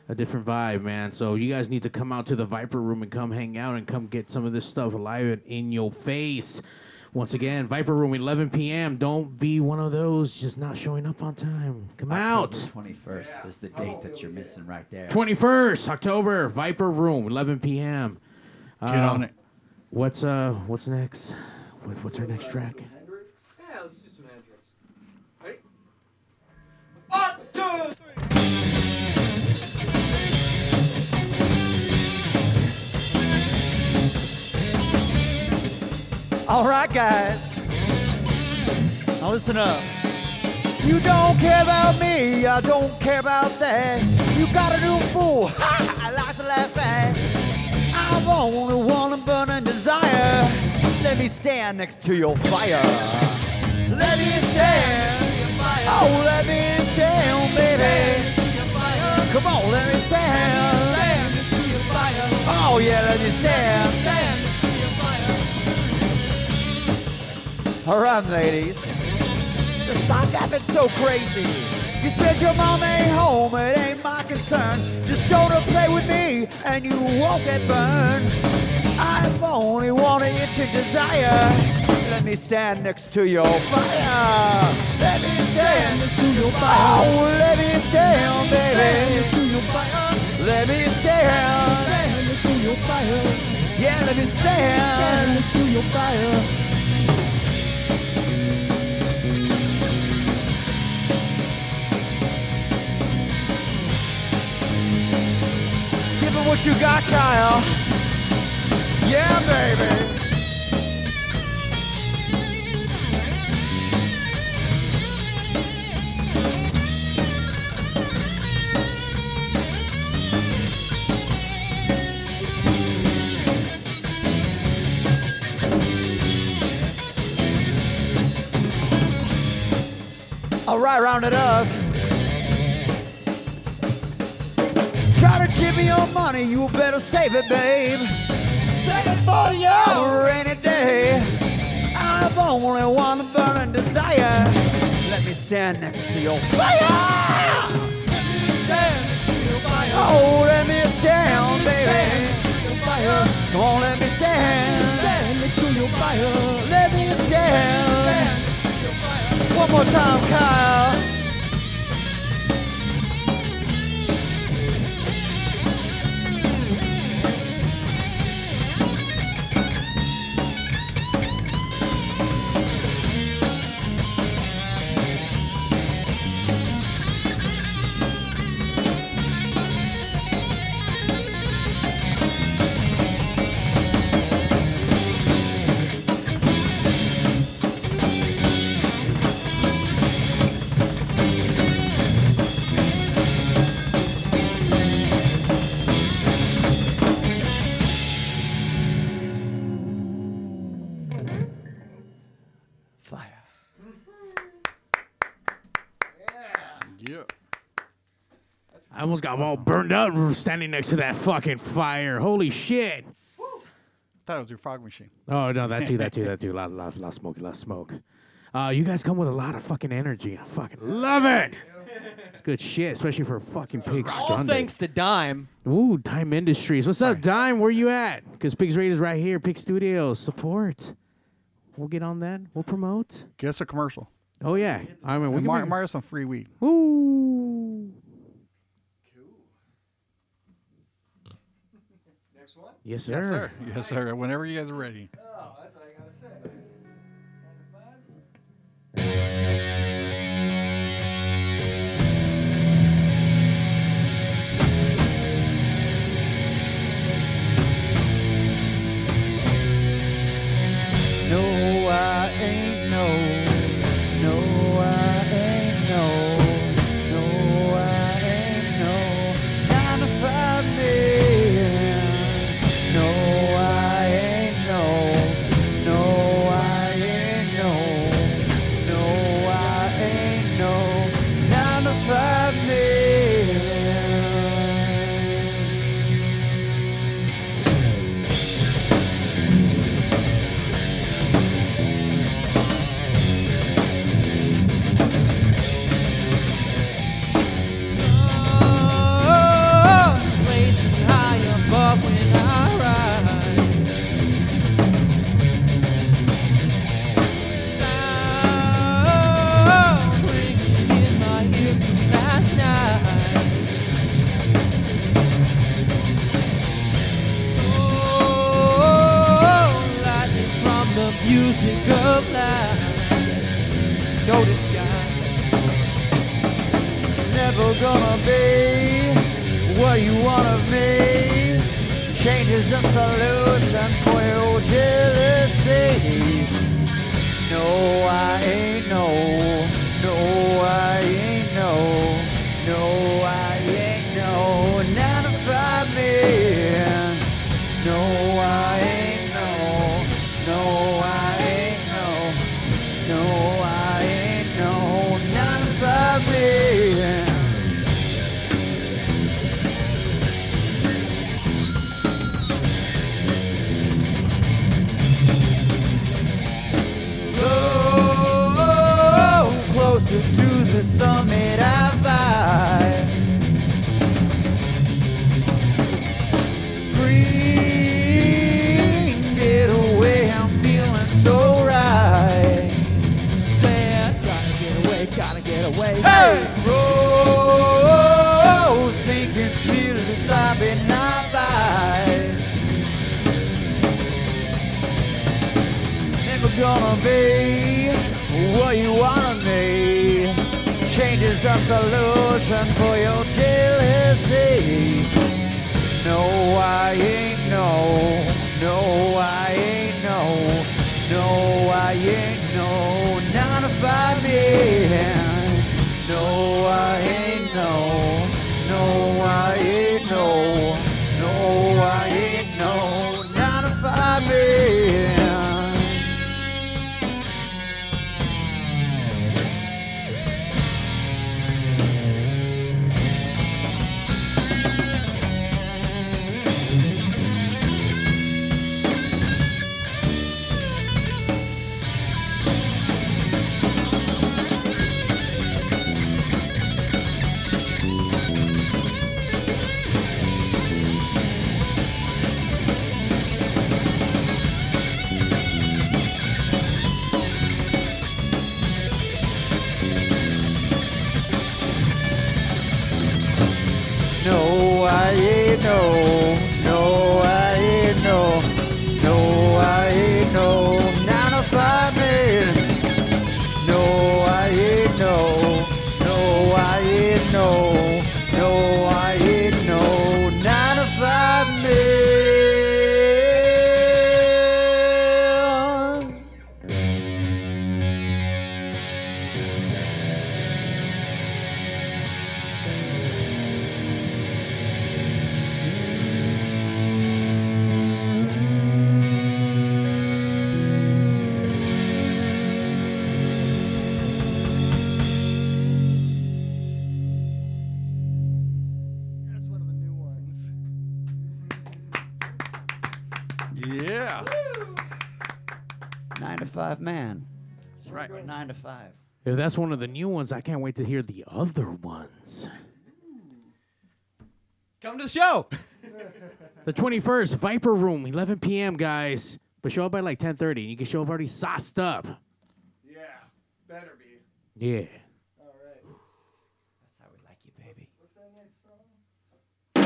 E: a different vibe, man. So you guys need to come out to the Viper Room and come hang out and come get some of this stuff live and in your face. Once again, Viper Room, 11 p.m. Don't be one of those just not showing up on time. Come out.
P: Twenty first is the date that you're missing right there.
E: 21st October, Viper Room, 11 p.m. Get
P: on
E: it. Uh, What's uh What's next? What, what's our next track?
A: Yeah, let's do some Hendrix.
H: Ready?
A: One, two, three.
N: All right, guys. Now listen up. You don't care about me, I don't care about that. You got a new fool, *laughs* ha! I like to laugh at. I want a wanna burn and desire. Let me stand next to your fire. Let me stand. Oh, let me stand, baby. Come on, let me stand. Oh yeah, let me stand. All right, ladies. Just stop acting so crazy. You said your mom ain't home, it ain't my concern. Just don't play with me and you won't get burned. I've only wanted it's your desire. Let me stand next to your fire. Let me stand next to your fire. Oh, let me stand, baby. Let me stand. Yeah, let me stand. Give him what you got, Kyle. Yeah, baby. All right, round it up. Try to give me your money, you better save it, babe. Save it for your rainy day. I've only one burning desire. Let me stand next to your fire. Oh, let me stand, baby. Come on, let me stand. Let me stand. One more time, Kyle.
D: Yeah.
E: I almost got all burned up from standing next to that fucking fire. Holy shit.
D: Thought it was your fog machine.
E: Oh, no, that too, that too, that too. *laughs* A lot, lot, lot of smoke, a lot of smoke. Uh, you guys come with a lot of fucking energy. I fucking love it. It's good shit, especially for a fucking pig
Q: All
E: Sunday.
Q: thanks to Dime.
E: Ooh, Dime Industries. What's up, Dime? Where you at? Because Pigs Raiders right here, Pig Studios. Support. We'll get on that. We'll promote.
D: Get us a commercial.
E: Oh, yeah. I mean, we
D: And
E: can
D: Mar-
E: make-
D: Mario some free weed.
E: Ooh.
J: Next one?
E: Yes,
D: Yes,
E: sir.
D: sir. Yes, sir. Whenever you guys are ready.
J: Oh, that's all I gotta say.
N: No, I ain't no. No, I ain't no. No, I ain't no. Nine to five man. No, I ain't no. No, I ain't no. No, I ain't no. Nine to five man.
Q: Blazing Oh, high above when I ride. Sound ringing in my ears from last night. Oh, lightning from the music of life. Notice sky.
N: never gonna be what you wanna be. Change is the solution for your jealousy. No, I ain't no. No, I ain't no. No, I ain't no. Not about me. No, I ain't no. No, I ain't no. No, I ain't no nine to five man. Oh,
Q: Slow,
N: closer to the summit I fly. Green, get away, I'm feeling so right. Saying, gotta get away, gotta get away. Hey, rose, pink and tears, I've been high five. never gonna be what you wanna be. Change is the solution for your jealousy. No, I ain't no. No, I ain't no. No, I ain't no. Nine to five man. No, I ain't no. No, I ain't no. No, I ain't no. Nine to five man. five man.
R: That's right.
N: Nine to five.
E: If that's one of the new ones, I can't wait to hear the other ones.
A: Come to the show.
E: *laughs* The 21st, Viper Room, 11 p.m., guys. But show up by like 10:30, and you can show up already sauced up.
J: Better be.
E: Yeah.
J: All right. That's how we like you, baby. What's that next song?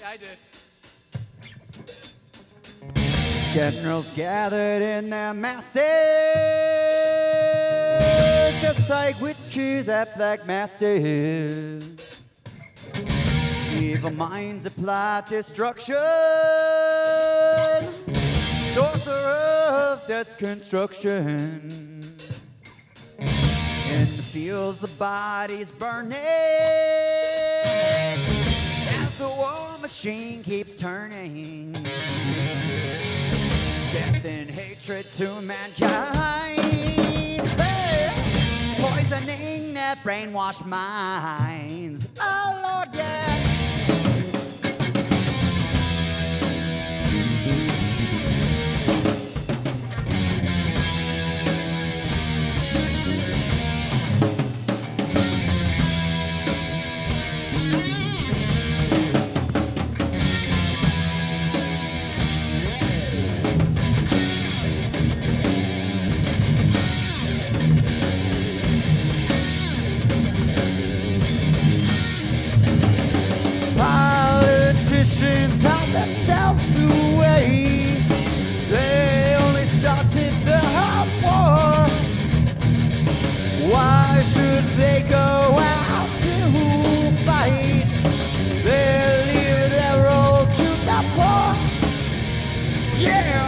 A: Yeah, I did.
N: Generals gathered in their masses, just like witches at black masses. Evil minds apply destruction, sorcerer of death's construction. In the fields, the bodies burning, as the war machine keeps turning. Death and hatred to mankind, Hey! poisoning their brainwashed minds. Oh Lord, yeah.
S: Politicians held themselves away. They only started the hot war. Why should they go out to fight? They leave their role to the poor. Yeah.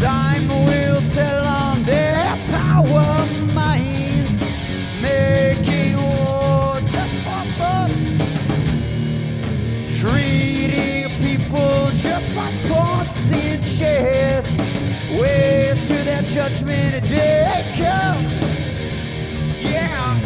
S: Time will tell on their power minds, making war just for fun, treating people just like pawns in chess. Wait till their judgment day comes. Yeah.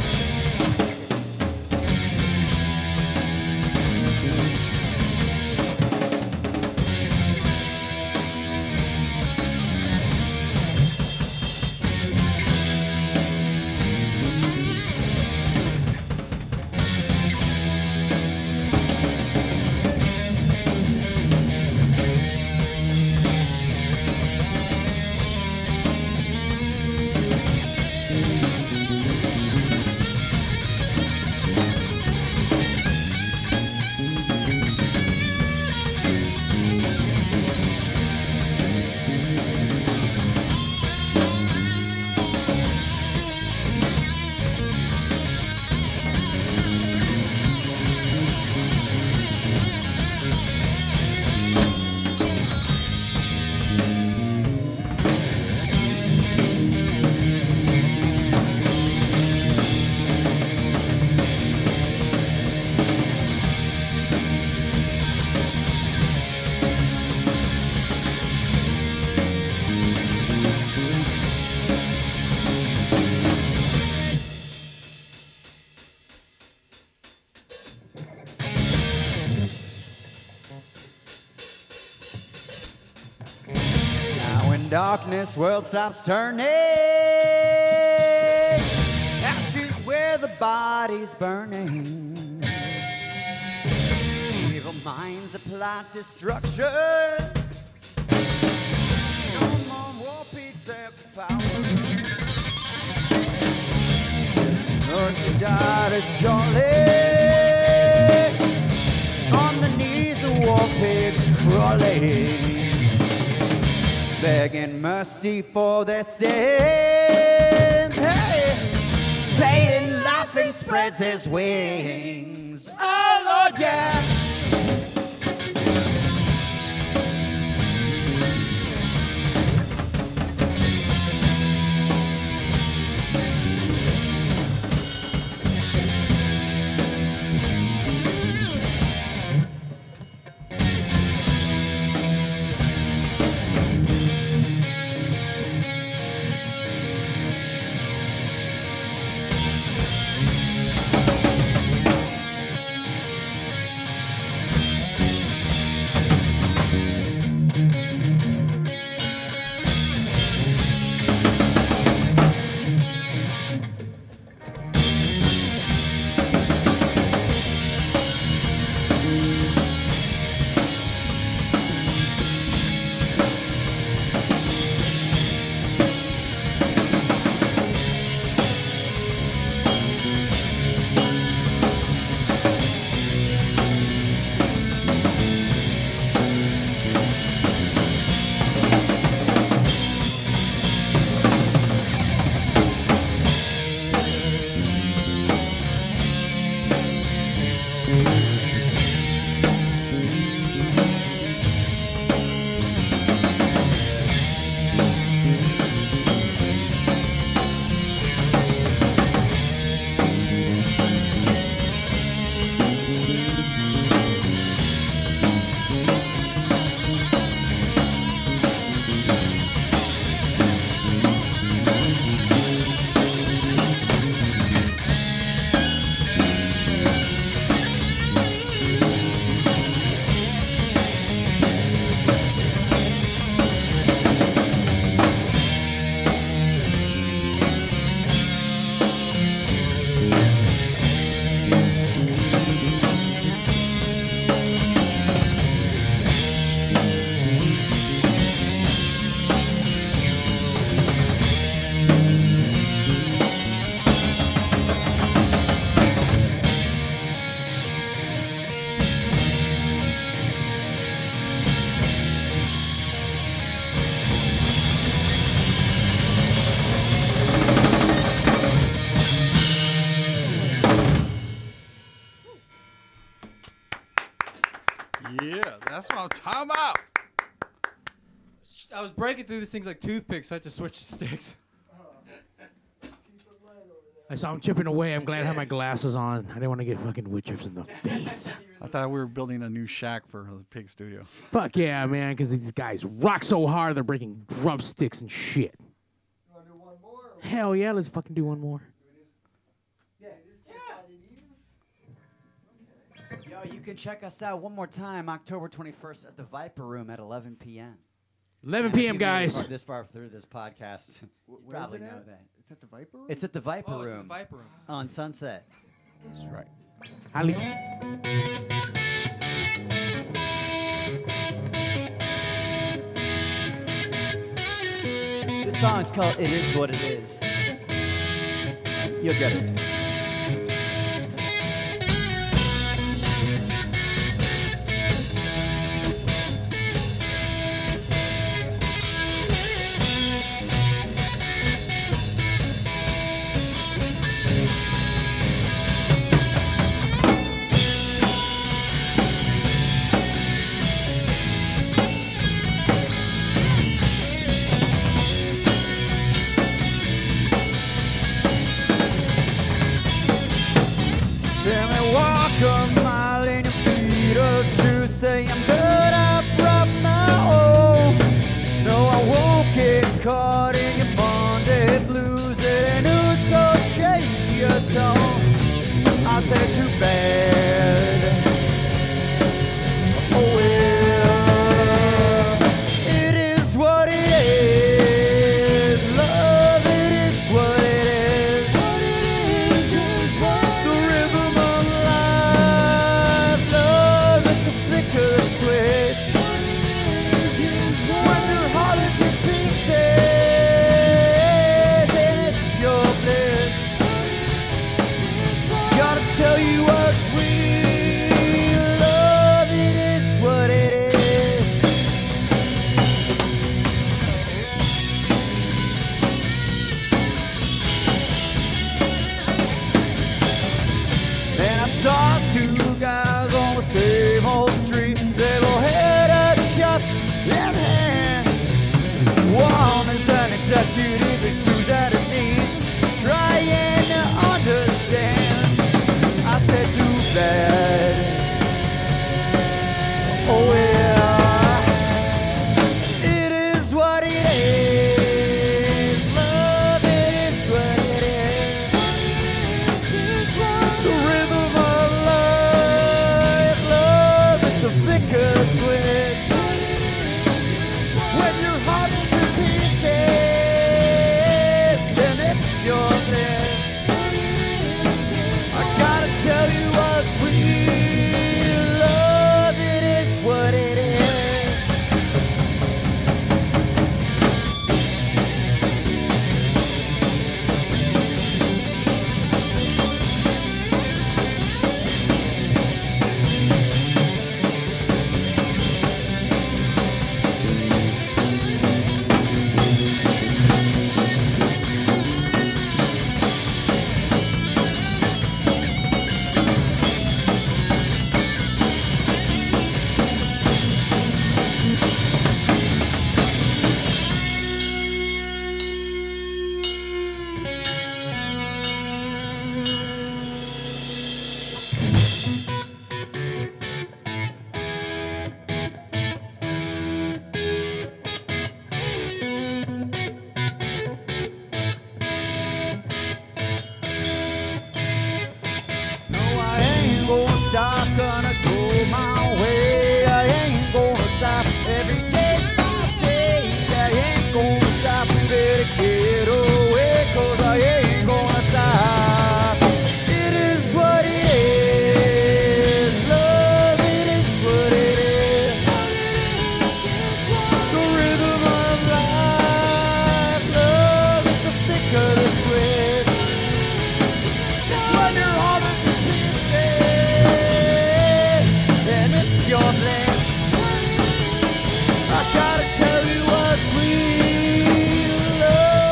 N: Now in darkness, world stops turning. Ashes where the body's burning. Evil minds. plot destruction. No more war, pizza, power. Nurse and daughter's calling. On the knees of war pigs crawling.
I: Begging mercy for their
N: Satan, hey. Satan laughing spreads his wings. Oh Lord, yeah.
D: Yeah, that's what I'm talking about.
H: I was breaking through these things like toothpicks, so I had to switch sticks.
E: I saw him chipping away. I'm glad I had my glasses on. I didn't want to get fucking wood chips in the face.
D: I thought we were building a new shack for the pig studio.
E: Fuck yeah, man, because these guys rock so hard they're breaking drumsticks and shit. Hell yeah, let's fucking do one more.
I: Yo, you can check us out one more time, October 21st at the Viper Room at 11 p.m.
E: 11
I: And if you
E: p.m.,
I: made it
E: guys.
I: far- This far through this podcast, you
J: Where is
I: probably
J: it
I: know
J: at?
I: that.
J: It's at the Viper Room?
I: It's at the Viper
J: Oh,
I: Room.
J: it's at the Viper Room.
I: On Sunset.
D: That's right.
I: This song is called It Is What It Is. You'll get it.
N: Tell me, walk a mile in your feet or two. Say I'm good, I brought my own. No, I won't get caught in your bonded blues. And who's so chased your tone? I said, too bad. Oh, well. It is what it is. Love, it is what it is. What it is is what the rhythm of life. Love is the flicker switch. sensitive and twos at his knees, trying to understand. I said too bad. Oh yeah, it is what it is. Love, it is what it is. The rhythm of life, love is the thicker switch. When your heart is in pieces, then it's your mess. I gotta tell you what's real. Love, it is what it is. No, I ain't gonna stop, gonna go my way. I ain't gonna stop. Every day's my day. I ain't gonna stop. Better get away, cause I ain't gonna stop. It is what it is. Love, it is what it is. The rhythm of life. Love is the thick of the sweat. It's when your heart is and it's your bliss. I gotta tell you what's real. Love.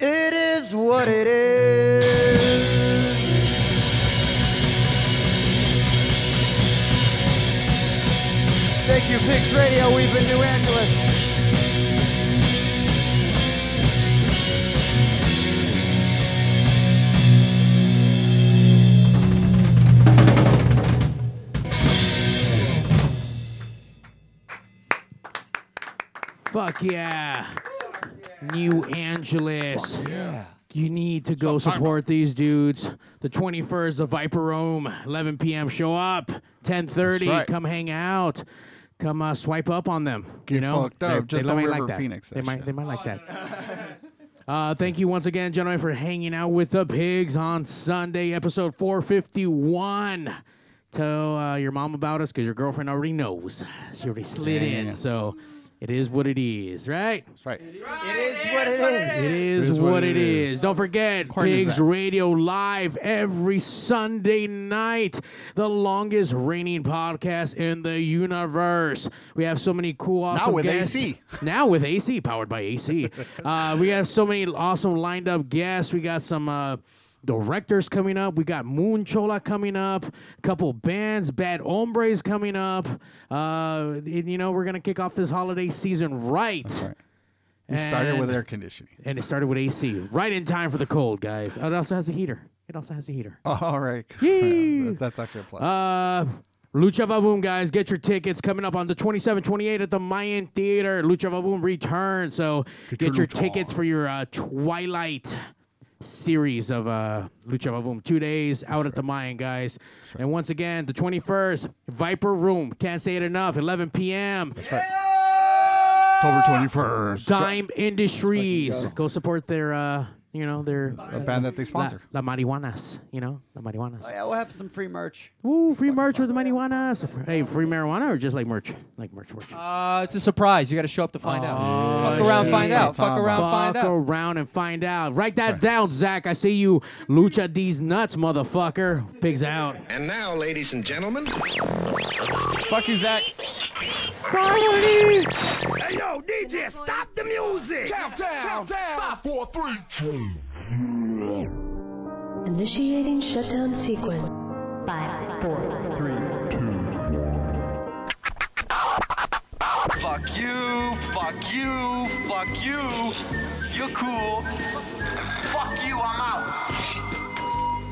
N: It is what it is. Thank you, Pigs Radio. We've been New Angeles.
E: Fuck yeah. New Angeles.
N: yeah.
E: You need to go support these dudes. The 21st, the Viper Room, 11 p.m. Show up. 10:30,
D: That's right.
E: come hang out. Come uh, swipe up on them. you
D: Get
E: know,
D: fucked up. Just don't
E: might
D: river
E: that.
D: Phoenix
E: They
D: that
E: might,
D: shit.
E: they might like that. Uh, thank you once again, gentlemen, for hanging out with the pigs on Sunday, episode 451. Tell uh, your mom about us because your girlfriend already knows. She already slid in,
D: Yeah.
E: so it is what it is, right? That's
D: right.
N: It is what it is.
E: It is, what, it is. Don't forget,
N: Corny as
E: Pigs
N: that.
E: Radio live every Sunday night. The longest reigning podcast in the universe. We have so many cool, awesome
D: with
E: guests.
D: AC.
E: Now with AC, powered by AC. uh, we have so many awesome lined up guests. We got some. Uh, Directors coming up. We got Moon Chola coming up. A couple bands, Bad Hombres coming up. Uh, and, you know, we're going to kick off this holiday season right.
D: We started with
E: And-
D: air conditioning.
E: and it started with AC, right in time for the cold, guys. Oh, It also has a heater. It also has a heater.
D: Oh, *laughs* all right.
E: Yee!
D: That's, that's actually a plus.
E: Uh, Lucha Vaboom, guys, get your tickets coming up on the 27 28 at the Mayan Theater. Lucha Vaboom return. So get,
D: your
E: your
D: lucha
E: tickets for your uh, Twilight series of uh, Lucha Vaboom. Two days out at the Mayan, guys. And once again, the 21st, Viper Room. Can't say it enough. 11 p.m.
D: October 21st.
E: Dime Industries. Go support their, uh, you know, their
D: A band that they sponsor.
E: La, la marijuanas, you know, la marijuanas.
P: Oh, yeah, we'll have some free merch.
E: Woo, free merch with the marijuanas. Hey, free marijuana or just like merch? Like merch, merch.
Q: Uh, it's a surprise. You got to show up to find out. Fuck
E: Oh,
Q: around,
E: shit.
Q: find out. Fuck around,
E: Fuck
Q: find out.
E: around and find out. Write that down, Zach. I see you. Lucha these nuts, motherfucker. Pigs out.
T: And now, ladies and gentlemen.
D: Fuck you, Zach.
T: Hey, yo, DJ, stop the music. Countdown. Countdown. Five, four, three, two.
G: Initiating shutdown sequence. Five, four, three,
N: Fuck you, fuck you, fuck you. You're cool. Fuck you, I'm out.